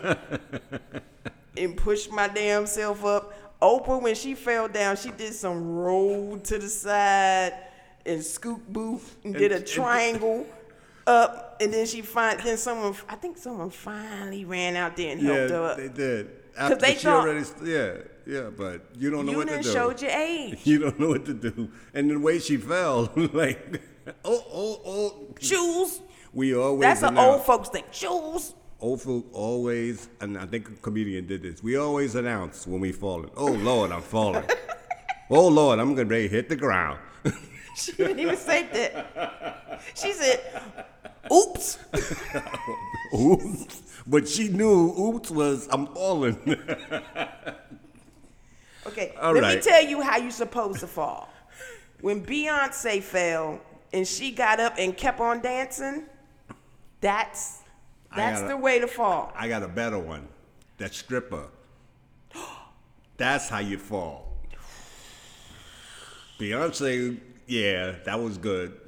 Speaker 2: and push my damn self up. Oprah, when she fell down, she did some roll to the side and scoop boot and did a
Speaker 1: And-
Speaker 2: triangle up, and then she find then someone I think someone finally ran out there and helped her
Speaker 1: Yeah,
Speaker 2: up.
Speaker 1: they did. After
Speaker 2: they
Speaker 1: she
Speaker 2: thought-
Speaker 1: already, yeah, yeah, but you don't know <laughs>
Speaker 2: you
Speaker 1: what to
Speaker 2: done
Speaker 1: do.
Speaker 2: showed your age.
Speaker 1: You don't know what to do, and the way she fell, <laughs> like Oh, oh, oh.
Speaker 2: Shoes.
Speaker 1: We always
Speaker 2: That's an
Speaker 1: announce-
Speaker 2: old folks thing. Shoes.
Speaker 1: old folk always, and I think a comedian did this. We always announce when we falling. Oh Lord, I'm
Speaker 2: <laughs>
Speaker 1: falling. oh Lord, I'm gonna ready to hit the ground.
Speaker 2: She <laughs> didn't even say that. She said, "Oops."
Speaker 1: Oops. But she knew oops was I'm falling. <laughs>
Speaker 2: Okay,
Speaker 1: All
Speaker 2: let me
Speaker 1: right.
Speaker 2: tell you how you supposed to fall. When Beyonce fell and she got up and kept on dancing, that's
Speaker 1: I
Speaker 2: that's
Speaker 1: gotta-
Speaker 2: the way to fall.
Speaker 1: I got a better one. That stripper. <gasps> That's how you fall. Beyonce, yeah, that was good.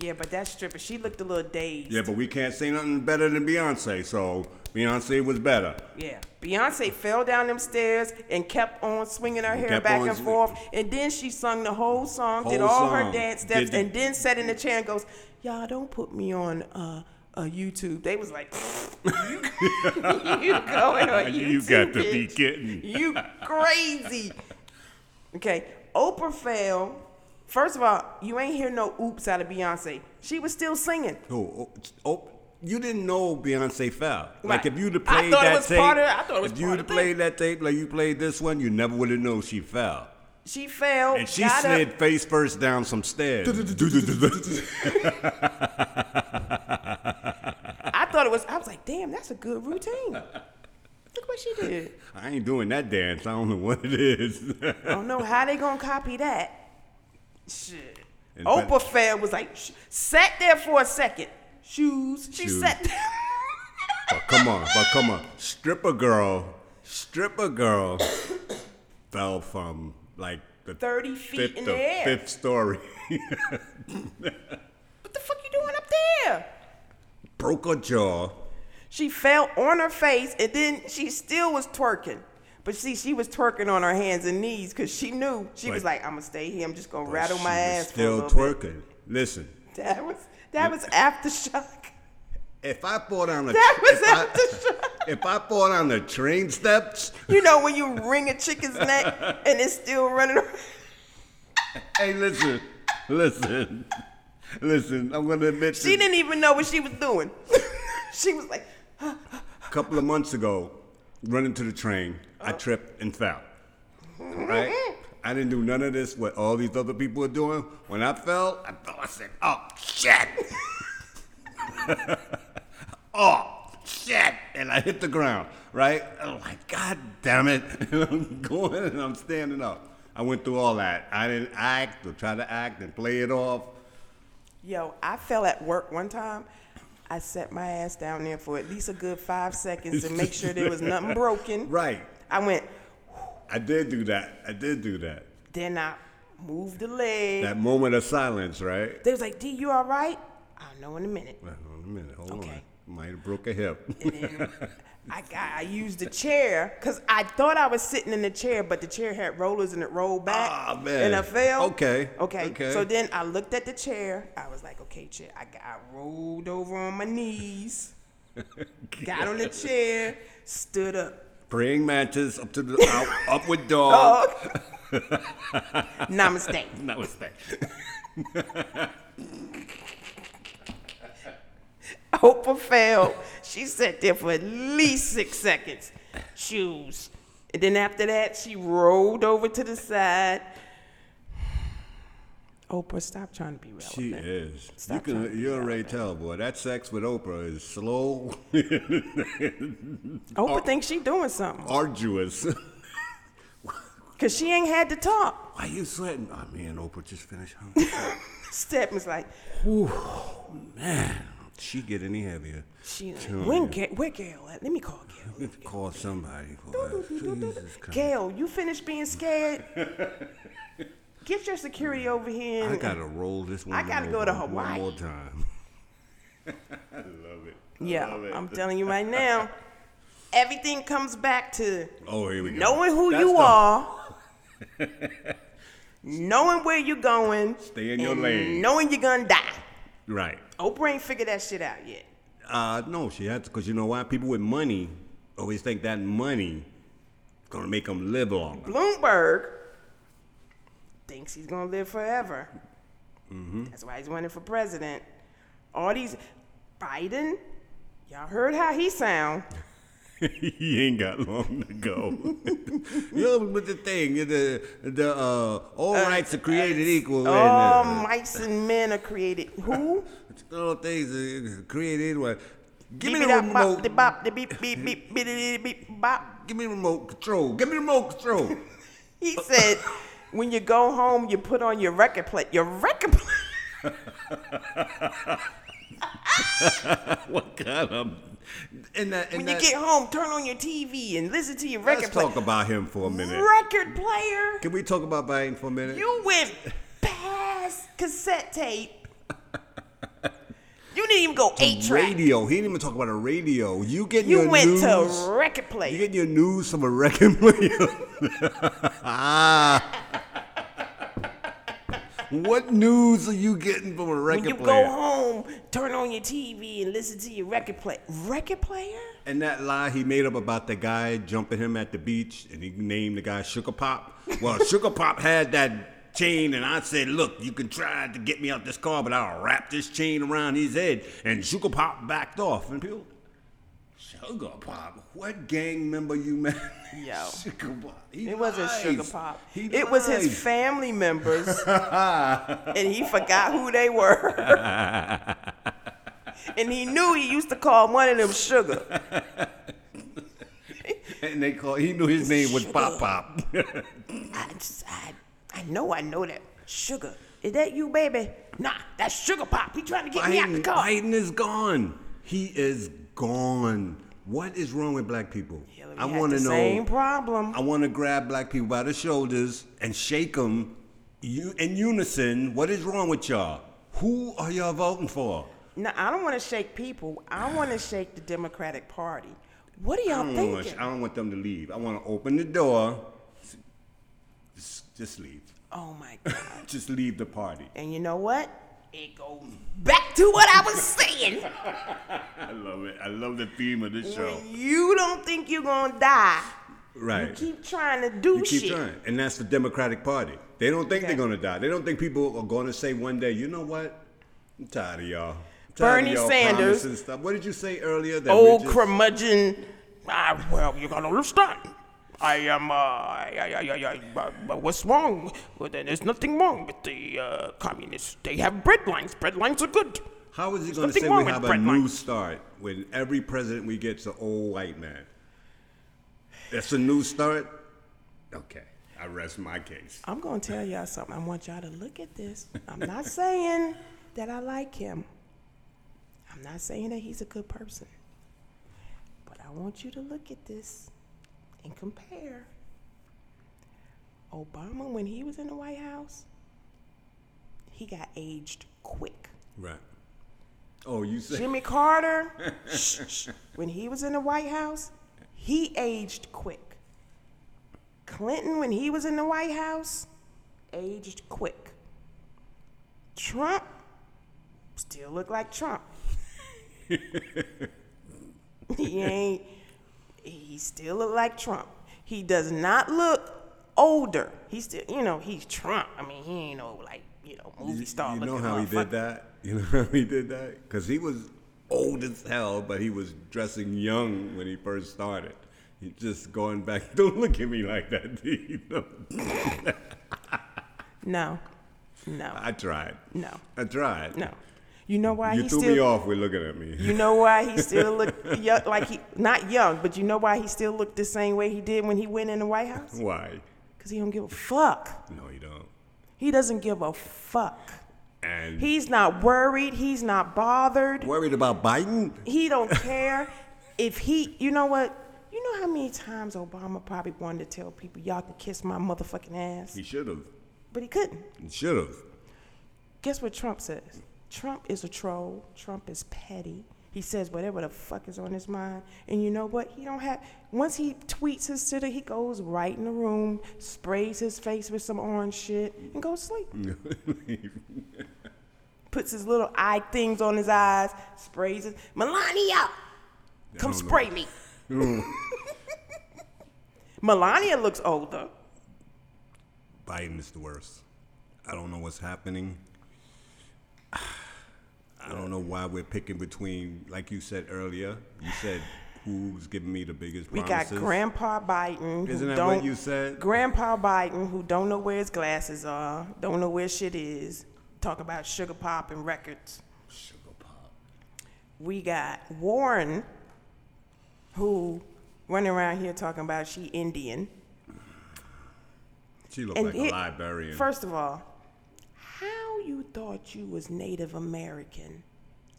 Speaker 2: Yeah, but that stripper, she looked a little dazed.
Speaker 1: Yeah, but we can't say nothing better than Beyonce, so Beyonce was better.
Speaker 2: Yeah. Beyonce fell down them stairs and kept on swinging her hair
Speaker 1: Kept
Speaker 2: back
Speaker 1: on
Speaker 2: and
Speaker 1: swi-
Speaker 2: forth. And then she sung the whole song, did
Speaker 1: Whole
Speaker 2: all her
Speaker 1: song.
Speaker 2: dance steps,
Speaker 1: Did the-
Speaker 2: and then sat in the chair and goes, Y'all don't put me on uh, uh, YouTube. They was like, <laughs> You going on
Speaker 1: <laughs>
Speaker 2: YouTube.
Speaker 1: You got to be
Speaker 2: bitch.
Speaker 1: kidding.
Speaker 2: You crazy. Okay. Oprah fell. First of all, you ain't hear no oops out of Beyonce. She was still singing.
Speaker 1: Oh, oh, oh, you didn't know Beyonce fell.
Speaker 2: Right.
Speaker 1: Like if you'd have
Speaker 2: I
Speaker 1: played
Speaker 2: thought it
Speaker 1: that
Speaker 2: was
Speaker 1: tape,
Speaker 2: part of- I thought it was
Speaker 1: if
Speaker 2: part
Speaker 1: you'd
Speaker 2: of
Speaker 1: have
Speaker 2: the
Speaker 1: played that tape like you played this one, you never would have known she fell.
Speaker 2: She fell.
Speaker 1: And she
Speaker 2: Oh, got up.
Speaker 1: slid face first down some
Speaker 2: <laughs>
Speaker 1: stairs.
Speaker 2: I thought it was. I was like, damn, that's a good
Speaker 1: <laughs>
Speaker 2: routine. Look what she did.
Speaker 1: I ain't doing that dance. I don't know what it is.
Speaker 2: I don't know how they gonna copy that. Shit.
Speaker 1: In fact-
Speaker 2: Oprah Fair was like, sh- sat there for a second. Shoes. She
Speaker 1: Shoes.
Speaker 2: sat there.
Speaker 1: <laughs> but come on, but come on. Stripper girl, stripper girl <coughs> fell from like the
Speaker 2: 30 feet
Speaker 1: fifth,
Speaker 2: in
Speaker 1: or
Speaker 2: the air.
Speaker 1: fifth story. <laughs>
Speaker 2: What the fuck you doing up there?
Speaker 1: Broke her jaw.
Speaker 2: She fell on her face and then she still was twerking. But see, she was twerking on her hands and knees because she knew. She was
Speaker 1: Right.
Speaker 2: like, I'm gonna stay here. I'm just gonna
Speaker 1: but
Speaker 2: rattle
Speaker 1: she
Speaker 2: my
Speaker 1: was
Speaker 2: ass.
Speaker 1: Still
Speaker 2: for a little bit."
Speaker 1: twerking. Listen,
Speaker 2: That was that was aftershock.
Speaker 1: if I fall down a
Speaker 2: That was
Speaker 1: if I-
Speaker 2: aftershock.
Speaker 1: <laughs> If I fall down the train steps,
Speaker 2: You know when you wring a chicken's neck and it's still running around.
Speaker 1: hey, listen, listen, <laughs> listen. I'm gonna admit
Speaker 2: She
Speaker 1: this.
Speaker 2: didn't even know what she was doing. <laughs> she was like,
Speaker 1: A couple of months ago, running to the train, I tripped and fell. Right? I didn't do none of this what all these other people are doing. When I fell, I fell. I said, "Oh shit!" <laughs> oh shit! And I hit the ground. Right? I'm like, "God damn it!" <laughs> And I'm going and I'm standing up. I went through all that. I didn't act or try to act and play it off.
Speaker 2: yo, I fell at work one time. I set my ass down there for at least a good five seconds to make sure there was nothing broken.
Speaker 1: <laughs> Right.
Speaker 2: I went,
Speaker 1: I did do that. I did do that.
Speaker 2: then I moved the leg.
Speaker 1: That moment of silence, right?
Speaker 2: they was like, D, you all right? I'll know in a minute.
Speaker 1: Wait, Hold on a minute. Hold
Speaker 2: Okay.
Speaker 1: on. Might have broke a hip. <laughs>
Speaker 2: I got, I used the chair because I thought I was sitting in the chair, but the chair had rollers and it rolled back.
Speaker 1: Ah, man.
Speaker 2: And I fell.
Speaker 1: Okay,
Speaker 2: Okay.
Speaker 1: okay.
Speaker 2: So then I looked at the chair. I was like, okay, chair. I got I rolled over on my knees, got on the chair, stood up.
Speaker 1: <laughs> Praying mantis up to the out, upward dog.
Speaker 2: Dog. Namaste.
Speaker 1: That was that.
Speaker 2: Oh, <laughs> Oprah fell. She sat there for at least six seconds. Shoes. And then after that, she rolled over to the side. Oprah, stop trying to be relevant.
Speaker 1: She is.
Speaker 2: Stop
Speaker 1: you
Speaker 2: trying to
Speaker 1: can.
Speaker 2: be
Speaker 1: You already tell, boy. That sex with Oprah is slow, <laughs> oh.
Speaker 2: Oprah thinks she doing something
Speaker 1: arduous. <laughs>
Speaker 2: because she ain't had to talk.
Speaker 1: Why you sweating? Oh man, Oprah just finished.
Speaker 2: <laughs>
Speaker 1: Huh?
Speaker 2: Step is like,
Speaker 1: man, she get any heavier?
Speaker 2: she,
Speaker 1: Tell
Speaker 2: when
Speaker 1: you.
Speaker 2: Ga- where Gail at? Let me call Gail.
Speaker 1: We have to call somebody for us. <laughs> Jesus Christ.
Speaker 2: Gail, you finished
Speaker 1: <laughs>
Speaker 2: being scared? Get your security over here.
Speaker 1: I
Speaker 2: And,
Speaker 1: gotta roll this one.
Speaker 2: I gotta go
Speaker 1: over
Speaker 2: to
Speaker 1: One
Speaker 2: Hawaii.
Speaker 1: more time. <laughs> I love it. I
Speaker 2: yeah,
Speaker 1: love it.
Speaker 2: I'm telling you right
Speaker 1: <laughs>
Speaker 2: now, everything comes back to
Speaker 1: Oh, here we go.
Speaker 2: knowing who
Speaker 1: That's
Speaker 2: you
Speaker 1: the-
Speaker 2: are,
Speaker 1: <laughs>
Speaker 2: knowing where you're going,
Speaker 1: Stay in your
Speaker 2: and
Speaker 1: lane.
Speaker 2: knowing you're gonna die.
Speaker 1: Right.
Speaker 2: Oprah ain't figured that shit out yet.
Speaker 1: Uh, no, she had to, because you know why? People with money always think that money is going to make them live longer. <laughs>
Speaker 2: Bloomberg thinks he's gonna live forever.
Speaker 1: Mm-hmm.
Speaker 2: That's why he's running for president. All these Biden, y'all heard how he sound.
Speaker 1: he ain't got long to go. <laughs> yeah, with the thing, the the uh, all rights are created equal.
Speaker 2: All
Speaker 1: and, uh,
Speaker 2: mice and men are
Speaker 1: <laughs>
Speaker 2: created. Who?
Speaker 1: all things are created equal. Give me
Speaker 2: Beep it
Speaker 1: the
Speaker 2: up, bop,
Speaker 1: remote.
Speaker 2: the bop, the beep, beep, beep, beep, beep, beep, bop.
Speaker 1: Give me remote control. Give me remote control. <laughs>
Speaker 2: He said, when you go home, you put on your record plate. Your record plate.
Speaker 1: what kind of? And that, and
Speaker 2: <laughs> When you
Speaker 1: that,
Speaker 2: get home, turn on your TV and listen to your
Speaker 1: let's
Speaker 2: record player.
Speaker 1: talk about him for a minute.
Speaker 2: Record player.
Speaker 1: Can we talk about Biden for a minute?
Speaker 2: You went past cassette tape. You didn't even go eight track.
Speaker 1: radio. He didn't even talk about a radio. You getting
Speaker 2: You
Speaker 1: your
Speaker 2: went
Speaker 1: news?
Speaker 2: to record
Speaker 1: you
Speaker 2: player.
Speaker 1: getting your news from a record
Speaker 2: <laughs>
Speaker 1: player? <laughs> ah. What news are you getting from a
Speaker 2: When
Speaker 1: record
Speaker 2: you
Speaker 1: player?
Speaker 2: go home, turn on your TV and listen to your record player. Record player?
Speaker 1: And that lie he made up about the guy jumping him at the beach, and he named the guy Sugar Pop. Well,
Speaker 2: <laughs>
Speaker 1: Sugar Pop had that chain, and I said, "Look, you can try to get me out this car, but I'll wrap this chain around his head." And Sugar Pop backed off, and people, Sugar Pop, what gang member you <laughs> met?
Speaker 2: Yo.
Speaker 1: Sugar Pop. He
Speaker 2: It wasn't Sugar
Speaker 1: lies.
Speaker 2: Pop.
Speaker 1: He
Speaker 2: it was his
Speaker 1: lies.
Speaker 2: family members, and he forgot who they were. and he knew he used to call one of them Sugar.
Speaker 1: <laughs> and they call. He knew his name was Pop Pop.
Speaker 2: I, just, I, I know, I know that Sugar. Is that you, baby? Nah, that's Sugar Pop. He trying to get me out the
Speaker 1: Biden,
Speaker 2: car.
Speaker 1: Biden is gone. He is gone. What is wrong with black people?
Speaker 2: Hillary
Speaker 1: I
Speaker 2: had
Speaker 1: want to
Speaker 2: the
Speaker 1: know.
Speaker 2: same problem.
Speaker 1: I want to grab black people by the shoulders and shake them you, in unison. What is wrong with y'all? Who are y'all voting for?
Speaker 2: No, I don't want to shake people. I want to shake the Democratic Party. What are
Speaker 1: I
Speaker 2: y'all
Speaker 1: don't, want,
Speaker 2: thinking?
Speaker 1: I don't want them to leave. I want to open the door. Just, just leave.
Speaker 2: Oh my God.
Speaker 1: Just leave the party.
Speaker 2: And you know what? It goes back to what I was saying.
Speaker 1: <laughs> I love it. I love the theme of this show.
Speaker 2: When you don't think you're gonna die,
Speaker 1: Right.
Speaker 2: you keep trying to do
Speaker 1: You keep
Speaker 2: shit.
Speaker 1: trying. And that's the Democratic Party. They don't think
Speaker 2: Okay.
Speaker 1: they're going to die. They don't think people are going to say one day, you know what? I'm tired of y'all. I'm tired
Speaker 2: Bernie
Speaker 1: of y'all
Speaker 2: Sanders.
Speaker 1: promises Stuff. What did you say earlier? That
Speaker 2: Old
Speaker 1: we're just-
Speaker 2: curmudgeon. Ah, well, you're gonna understand. I am. Uh, I, I, I, I, I, but what's wrong? Well, then there's nothing wrong with the uh, communists. They have bread lines. Bread lines are good.
Speaker 1: How is he going to
Speaker 2: Something
Speaker 1: say
Speaker 2: wrong
Speaker 1: we
Speaker 2: with
Speaker 1: have a
Speaker 2: Brett
Speaker 1: new
Speaker 2: Lyon.
Speaker 1: start when every president we get's an old white man? That's a new start? Okay. I rest my case.
Speaker 2: I'm gonna tell y'all something. I want y'all to look at this. I'm not saying that I like him. I'm not saying that he's a good person. But I want you to look at this and compare. Obama, when he was in the White House, he got aged quick.
Speaker 1: Right. Oh, you say
Speaker 2: Jimmy Carter,
Speaker 1: <laughs>
Speaker 2: shh, shh, when he was in the White House, he aged quick. Clinton, when he was in the White House, aged quick. Trump still looked
Speaker 1: <laughs>
Speaker 2: like Trump. he ain't. He still look like Trump. He does not look older. He's still, you know, he's Trump. I mean, he ain't no like, you know, movie star
Speaker 1: you know
Speaker 2: looking
Speaker 1: how he
Speaker 2: motherfucker.
Speaker 1: did that? <laughs> You know how he did that? Because he was old as hell, but he was dressing young when he first started. He just going back. <laughs> Don't look at me like that. <laughs> You know?
Speaker 2: No, no.
Speaker 1: I tried.
Speaker 2: No.
Speaker 1: I tried.
Speaker 2: No. You know why
Speaker 1: You
Speaker 2: he
Speaker 1: threw
Speaker 2: still
Speaker 1: me off with looking at me.
Speaker 2: <laughs>
Speaker 1: <laughs>
Speaker 2: You know why he still <laughs> looked young, like he not young, but you know why he still looked the same way he did when he went in the
Speaker 1: <laughs>
Speaker 2: White House?
Speaker 1: Why?
Speaker 2: Cuz he don't give a fuck.
Speaker 1: No, you don't.
Speaker 2: He doesn't give a fuck.
Speaker 1: And
Speaker 2: He's not worried, he's not bothered.
Speaker 1: worried about Biden? <laughs>
Speaker 2: He don't care if he, you know what? You know how many times Obama probably wanted to tell people y'all can kiss my motherfucking ass,
Speaker 1: He should have.
Speaker 2: but he couldn't.
Speaker 1: Should <laughs> have.
Speaker 2: Guess what Trump says? Trump is a troll. Trump is petty. He says whatever the fuck is on his mind. And you know what? He don't have once he tweets his sitter, he goes right in the room, sprays his face with some orange shit, and goes to sleep. Puts his little eye things on his eyes, sprays it. Melania,
Speaker 1: don't
Speaker 2: come
Speaker 1: know.
Speaker 2: spray me. Melania looks older.
Speaker 1: Biden is the worst. I don't know what's happening. <sighs> I don't know why we're picking between, like you said earlier. You said who's giving me the biggest
Speaker 2: We
Speaker 1: promises.
Speaker 2: got Grandpa Biden. who
Speaker 1: Isn't that
Speaker 2: don't,
Speaker 1: what you said?
Speaker 2: Grandpa Biden, who don't know where his glasses are, don't know where shit is. Talk about sugar pop and records.
Speaker 1: Sugar pop.
Speaker 2: We got Warren, who running around here talking about she Indian.
Speaker 1: She looked like
Speaker 2: it-
Speaker 1: a librarian.
Speaker 2: First of all, how you thought you was Native American,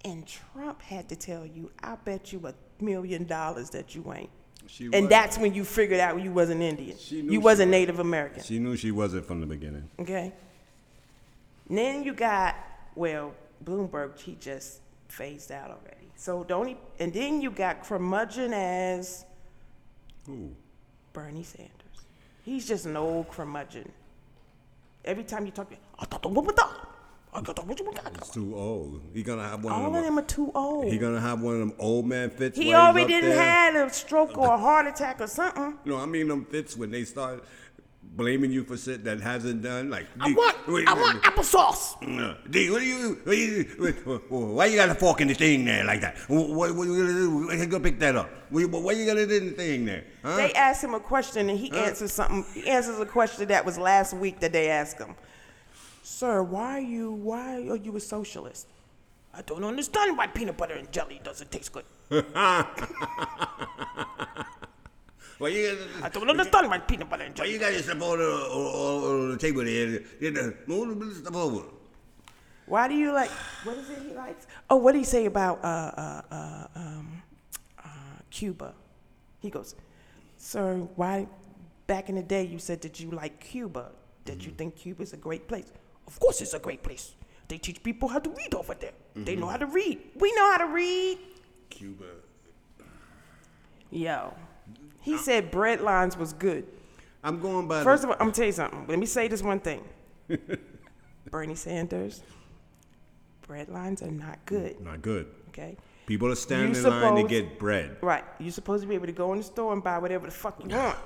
Speaker 2: and Trump had to tell you, "I bet you a million dollars that you ain't."
Speaker 1: She
Speaker 2: and
Speaker 1: was.
Speaker 2: that's when you figured out you wasn't Indian.
Speaker 1: She knew she
Speaker 2: You wasn't
Speaker 1: was.
Speaker 2: Native American.
Speaker 1: she knew she wasn't from the beginning.
Speaker 2: Okay. And then you got well, Bloomberg. He just phased out already. So the only and then you got curmudgeon as
Speaker 1: Ooh.
Speaker 2: Bernie Sanders. He's just an old curmudgeon. Every time you talk, I thought the woman thought. I thought the woman
Speaker 1: He's too old. He gonna have one
Speaker 2: All
Speaker 1: of
Speaker 2: of
Speaker 1: them.
Speaker 2: them are too old.
Speaker 1: He
Speaker 2: He,
Speaker 1: gonna have one of them old man fits. where he's
Speaker 2: already
Speaker 1: up
Speaker 2: didn't
Speaker 1: there.
Speaker 2: had a stroke or a heart attack or something.
Speaker 1: No, I mean them fits when they start blaming you for shit that hasn't done. Like
Speaker 3: I want, I want applesauce.
Speaker 1: want. D, what do you? What do you what- why you got a fork in the thing there like that? What, what, what you gonna do? Why you gonna pick that up? What, you- what you gonna do in the thing there? Huh?
Speaker 2: They asked him a question and he answers something. He answers a question that was last week that they asked him. Sir, why are you why are you a socialist?
Speaker 3: I don't understand why peanut butter and jelly doesn't taste good.
Speaker 1: Why you gonna?
Speaker 3: I don't understand why peanut butter and
Speaker 1: Why
Speaker 3: jelly.
Speaker 1: you got your stuff all over, all, all over the table there? You know, move the stuff over.
Speaker 2: Why do you like what is it he likes? Oh, what do you say about uh, uh, uh, um, uh, Cuba? He goes, Sir, why back in the day you said that you like Cuba, that you think Cuba's a great place.
Speaker 3: Of course, it's a great place. They teach people how to read over there.
Speaker 2: They know how to read. We know how to read.
Speaker 1: Cuba.
Speaker 2: Yo. He said bread lines was good.
Speaker 1: I'm going by.
Speaker 2: First
Speaker 1: the,
Speaker 2: of all, I'm gonna tell you something. Let me say this one thing. Bernie Sanders, bread lines are not good.
Speaker 1: not good.
Speaker 2: Okay.
Speaker 1: People are standing in
Speaker 2: You
Speaker 1: line to
Speaker 2: supposed-
Speaker 1: get bread.
Speaker 2: Right. You're supposed to be able to go in the store and buy whatever the fuck <laughs> you want.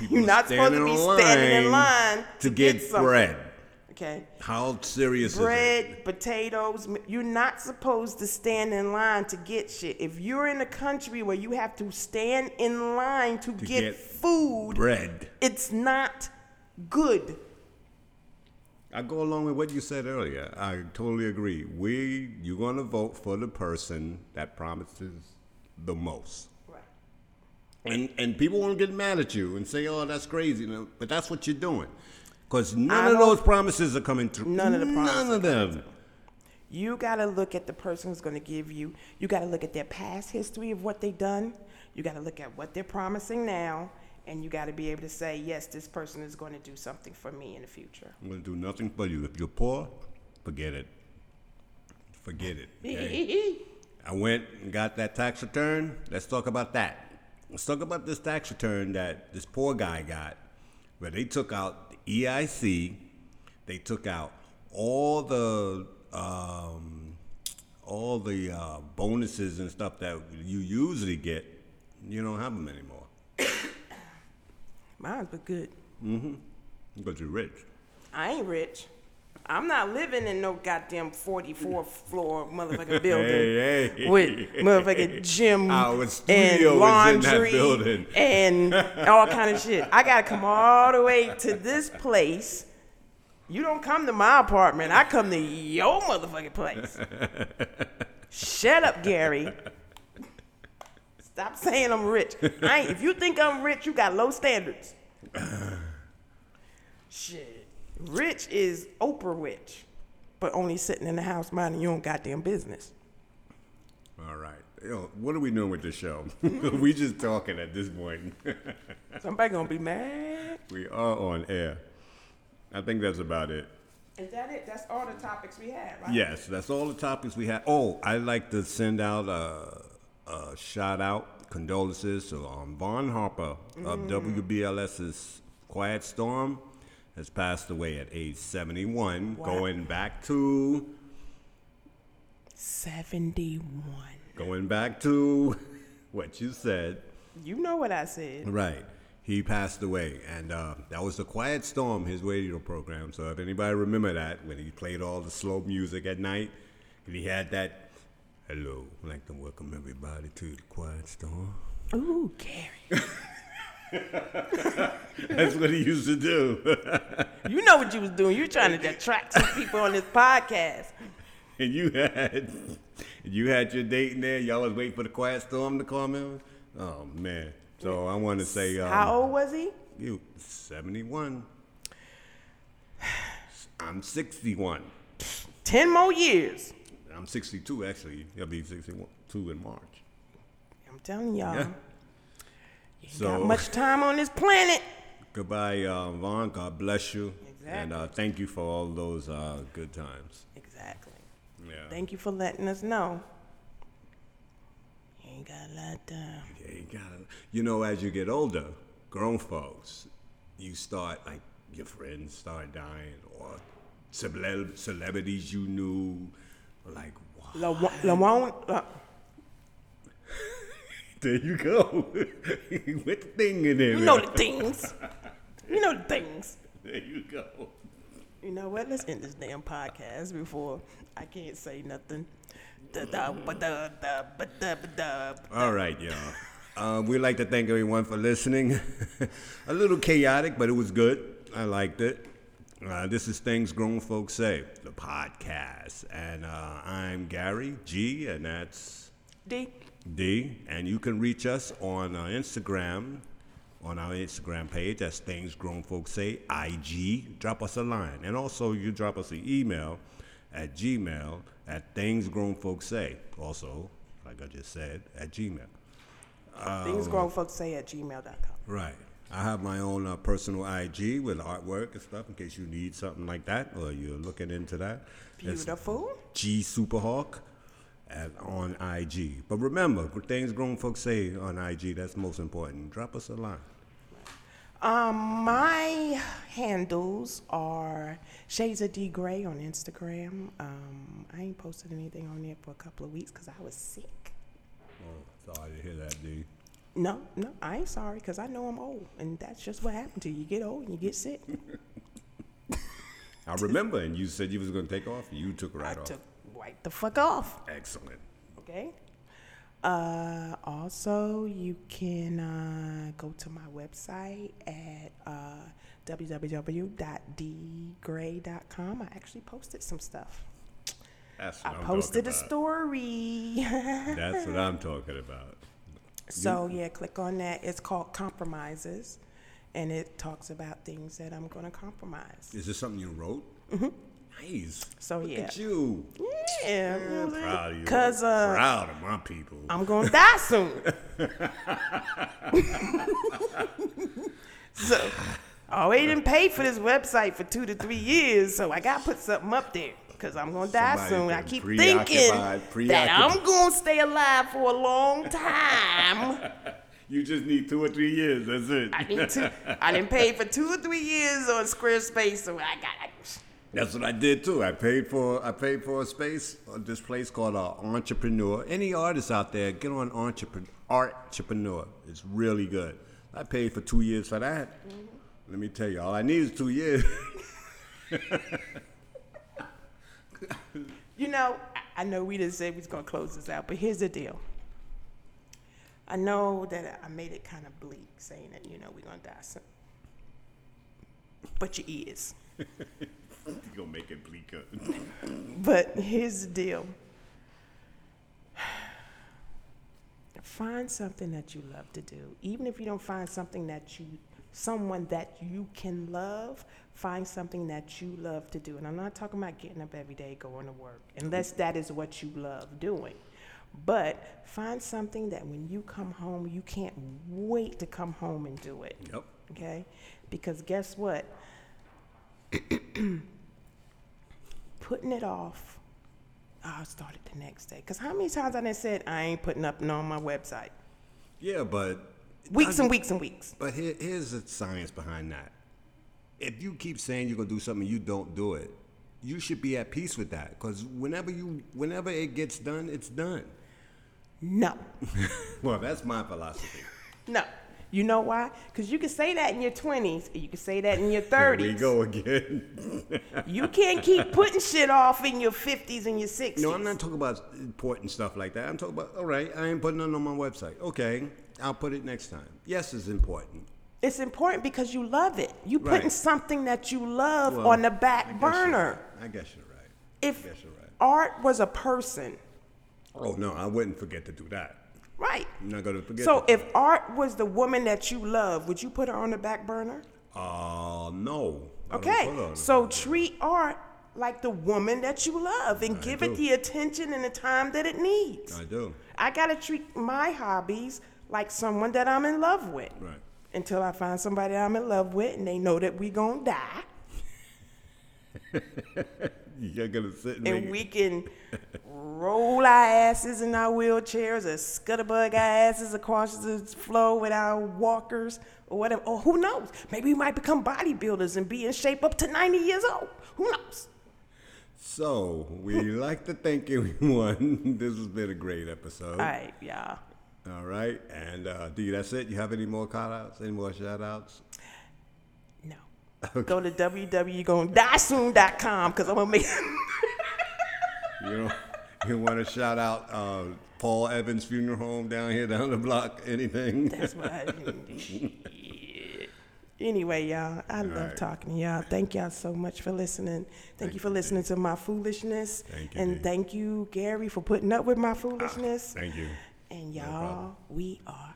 Speaker 1: People
Speaker 2: <laughs> You're
Speaker 1: are
Speaker 2: not supposed to be standing in line
Speaker 1: to get,
Speaker 2: something.
Speaker 1: bread.
Speaker 2: Okay.
Speaker 1: How serious is
Speaker 2: Bread, potatoes. m- You're not supposed to stand in line to get shit. If you're in a country where you have to stand in line to, get,
Speaker 1: get
Speaker 2: food,
Speaker 1: it? Bread.
Speaker 2: it's not good.
Speaker 1: I go along with what you said earlier. I totally agree. We, you're going to vote for the person that promises the most.
Speaker 2: Right.
Speaker 1: And and people won't get mad at you and say, "Oh, that's crazy," you know, but that's what you're doing, because none
Speaker 2: I
Speaker 1: of
Speaker 2: don't-
Speaker 1: those promises are coming through.
Speaker 2: None of the promises
Speaker 1: None of them.
Speaker 2: You got to look at the person who's going to give you. You got to look at their past history of what they've done. You got to look at what they're promising now. And you got to be able to say, yes, this person is going to do something for me in the future.
Speaker 1: I'm gonna do nothing for you. If you're poor, forget it. Forget it.
Speaker 2: E,
Speaker 1: okay? I went and got that tax return. Let's talk about that. Let's talk about this tax return that this poor guy got, where they took out the EIC, they took out all the um, all the uh, bonuses and stuff that you usually get. You don't have them anymore
Speaker 2: <laughs> Mine's been good.
Speaker 1: because you're rich.
Speaker 2: I ain't rich. I'm not living in no
Speaker 1: <laughs>
Speaker 2: goddamn 44th floor motherfucking building
Speaker 1: Hey, hey.
Speaker 2: with
Speaker 1: <laughs>
Speaker 2: motherfucking gym
Speaker 1: Our studio is
Speaker 2: and
Speaker 1: in that
Speaker 2: laundry
Speaker 1: building. <laughs>
Speaker 2: and all kind of shit. I gotta come all the way to this place. You don't come to my apartment. I come to your
Speaker 1: <laughs>
Speaker 2: motherfucking place. Shut up, Gary. Stop saying I'm rich. I ain't, if you think I'm rich, you got low standards. Shit. Rich is Oprah rich, but only sitting in the house minding your own goddamn business.
Speaker 1: All right. Yo, what are we doing with this show? <laughs> we just talking at this point. <laughs>
Speaker 2: Somebody gonna be mad.
Speaker 1: we are on air. I think that's about it.
Speaker 2: Is that it? That's all the topics we had, right?
Speaker 1: Yes, that's all the topics we had. Oh, I'd like to send out a, a shout out, condolences to um, Von Harper of WBLS's Quiet Storm has passed away at age 71,
Speaker 2: Wow.
Speaker 1: going back to
Speaker 2: 71.
Speaker 1: going back to <laughs> what you said.
Speaker 2: You know what I said.
Speaker 1: Right. He passed away, and uh, that was the Quiet Storm, his radio program. So if anybody remember that, when he played all the slow music at night, and he had that Hello, I'd like to welcome everybody to the Quiet Storm. <laughs>
Speaker 2: Ooh, Gary.
Speaker 1: That's what he used to do. <laughs>
Speaker 2: You know what you was doing. You were trying to attract some people on this podcast.
Speaker 1: and you had <laughs> you had your date in there. Y'all was waiting for the Quiet Storm to come in. Oh man. So I want to say, um,
Speaker 2: How old was he?
Speaker 1: You seventy-one. <sighs> I'm sixty-one.
Speaker 2: Ten more years.
Speaker 1: I'm sixty-two actually. I'll be sixty-one two in March.
Speaker 2: I'm telling y'all.
Speaker 1: Yeah.
Speaker 2: Got much time on this planet.
Speaker 1: Goodbye, uh, Vaughn. God bless you. And
Speaker 2: Exactly.
Speaker 1: uh, thank you for all those uh, good times.
Speaker 2: Exactly.
Speaker 1: Yeah.
Speaker 2: Thank you for letting us know. You ain't got a lot of time.
Speaker 1: Yeah, you gotta. You know, as you get older, grown folks, you start like your friends start dying, or celeb- celebrities you knew, like what? <laughs>
Speaker 2: Lawan, Lawan, La-
Speaker 1: There you go. <laughs> With the thing in there.
Speaker 2: you know the things. You know the things.
Speaker 1: <laughs> There you go.
Speaker 2: You know what? Let's end this damn podcast before I can't say nothing. Da, da, ba, da, da, ba, da, ba, da.
Speaker 1: All right, y'all. Um, we'd like to thank everyone for listening. <laughs> a little chaotic, but it was good. I liked it. Uh, this is Things Grown Folks Say, the podcast. And uh, I'm Gary G, and that's
Speaker 2: D.
Speaker 1: D. And you can reach us on uh, Instagram, on our Instagram page. That's Things Grown Folks Say, IG. Drop us a line. And also, you drop us an email at gmail at Things Grown Folks Say. Also, like I just said, at gmail.
Speaker 2: Things grown folks say at gmail.com.
Speaker 1: Right. I have my own uh, personal IG with artwork and stuff in case you need something like that or you're looking into that. It's
Speaker 2: Beautiful.
Speaker 1: G Superhawk at, on IG. But remember, things grown folks say on IG, that's most important. Drop us a line.
Speaker 2: Um, my handles are Shades of D Gray on Instagram. Um, I ain't posted anything on there for a couple of weeks because I was sick.
Speaker 1: Oh, sorry to hear that, D.
Speaker 2: No, no, I ain't sorry because I know I'm old, and that's just what happened to you. You get old and you get sick.
Speaker 1: I remember, and you said you was going to take off. You took
Speaker 2: I
Speaker 1: right off.
Speaker 2: took wipe the fuck off.
Speaker 1: Excellent.
Speaker 2: Okay. Uh, also, you can uh, go to my website at uh, www.dgray.com. I actually posted some stuff.
Speaker 1: That's
Speaker 2: I
Speaker 1: what I am
Speaker 2: posted a
Speaker 1: about.
Speaker 2: story. <laughs>
Speaker 1: That's what I'm talking about.
Speaker 2: so, yeah, click on that. It's called Compromises, and it talks about things that I'm going to compromise.
Speaker 1: Is this something you wrote? Mm-hmm. Nice.
Speaker 2: So,
Speaker 1: Look
Speaker 2: yeah.
Speaker 1: at you.
Speaker 2: Yeah. you know
Speaker 1: I'm
Speaker 2: what I'm saying?
Speaker 1: proud of you.
Speaker 2: 'Cause, uh,
Speaker 1: proud of my people.
Speaker 2: I'm gonna die soon.
Speaker 1: <laughs>
Speaker 2: so I already didn't pay for this website for two to three years, so I gotta put something up there because I'm gonna die
Speaker 1: Somebody
Speaker 2: soon. I
Speaker 1: been
Speaker 2: keep
Speaker 1: preoccupied,
Speaker 2: thinking that I'm
Speaker 1: preoccupied.
Speaker 2: gonna stay alive for a long time.
Speaker 1: you just need two or three years. That's it.
Speaker 2: I need to. I didn't pay for two or three years on Squarespace, so I got.
Speaker 1: That's what I did too. I paid for I paid for a space uh, this place called uh, Entrepreneur. Any artist out there, get on Entrepreneur. Entrepreneur. It's really good. I paid for two years for that.
Speaker 2: Mm-hmm.
Speaker 1: Let me tell you, all I need is two years.
Speaker 2: <laughs>
Speaker 1: <laughs>
Speaker 2: You know, I- I know we didn't say we was gonna close this out, but here's the deal. I know that I made it kind of bleak saying that, you know, we're gonna die soon. But you is.
Speaker 1: you gonna make it bleaker.
Speaker 2: But here's the deal. Find something that you love to do. Even if you don't find something that you someone that you can love, find something that you love to do. And I'm not talking about getting up every day going to work, unless that is what you love doing. But find something that when you come home, you can't wait to come home and do it.
Speaker 1: Yep.
Speaker 2: Okay? Because guess what? <clears throat> putting it off. I'll start it the next day. Because how many times I done said I ain't putting up on my website?
Speaker 1: Yeah, but
Speaker 2: Weeks and weeks and weeks.
Speaker 1: but here, here's the science behind that. If you keep saying you're gonna do something, you don't do it. You should be at peace with that, because whenever you whenever it gets done, it's done.
Speaker 2: No, <laughs>
Speaker 1: Well, that's my philosophy.
Speaker 2: no. You know why? Because you can say that in your 20s, and you can say that in
Speaker 1: <laughs>
Speaker 2: your
Speaker 1: Here
Speaker 2: 30s.
Speaker 1: we go again. <laughs>
Speaker 2: You can't keep putting shit off in your 50s and your 60s.
Speaker 1: No, I'm not talking about important stuff like that. I'm talking about, all right, I ain't putting it on my website. Okay, I'll put it next time. Yes, it's important.
Speaker 2: It's important because you love it. You
Speaker 1: Right.
Speaker 2: putting something that you love
Speaker 1: Well,
Speaker 2: on the
Speaker 1: I
Speaker 2: back
Speaker 1: guess you're
Speaker 2: burner.
Speaker 1: right. I guess you're right.
Speaker 2: If
Speaker 1: guess you're right.
Speaker 2: art was a person,
Speaker 1: Oh, no, I wouldn't forget to do that.
Speaker 2: right?
Speaker 1: I'm not going to forget
Speaker 2: So
Speaker 1: to do
Speaker 2: if art was the woman that you love, would you put her on the back burner?
Speaker 1: that. Uh, no. I don't put
Speaker 2: Okay.
Speaker 1: on-
Speaker 2: So treat art like the woman that you love and
Speaker 1: I
Speaker 2: give
Speaker 1: do.
Speaker 2: it the attention and the time that it needs.
Speaker 1: I do.
Speaker 2: I gotta treat my hobbies like someone that I'm in love with.
Speaker 1: Right.
Speaker 2: Until I find somebody I'm in love with and they know that we gonna die
Speaker 1: You're going to sit and,
Speaker 2: and
Speaker 1: make-
Speaker 2: we can roll our asses in our wheelchairs or scutterbug our asses across the floor with our walkers or whatever. Or who knows? Maybe we might become bodybuilders and be in shape up to 90 years old. Who knows?
Speaker 1: So we like to thank <laughs> everyone. this has been a great episode.
Speaker 2: All right, y'all.
Speaker 1: All right. And uh, D, that's it. You have any more call outs? Any more shout outs?
Speaker 2: No. Go to www.yougonndiesoon.com because I'm gonna make.
Speaker 1: You know, <laughs> you want to shout out uh, Paul Evans Funeral Home down here, down the block, anything?
Speaker 2: That's what I did. Anyway, y'all, I love
Speaker 1: right.
Speaker 2: talking to y'all. Thank y'all so much for listening. Thank, you for listening to my foolishness.
Speaker 1: Thank you,
Speaker 2: and
Speaker 1: Dee.
Speaker 2: thank you, Gary, for putting up with my foolishness.
Speaker 1: Thank you.
Speaker 2: and
Speaker 1: No
Speaker 2: y'all,
Speaker 1: problem.
Speaker 2: we are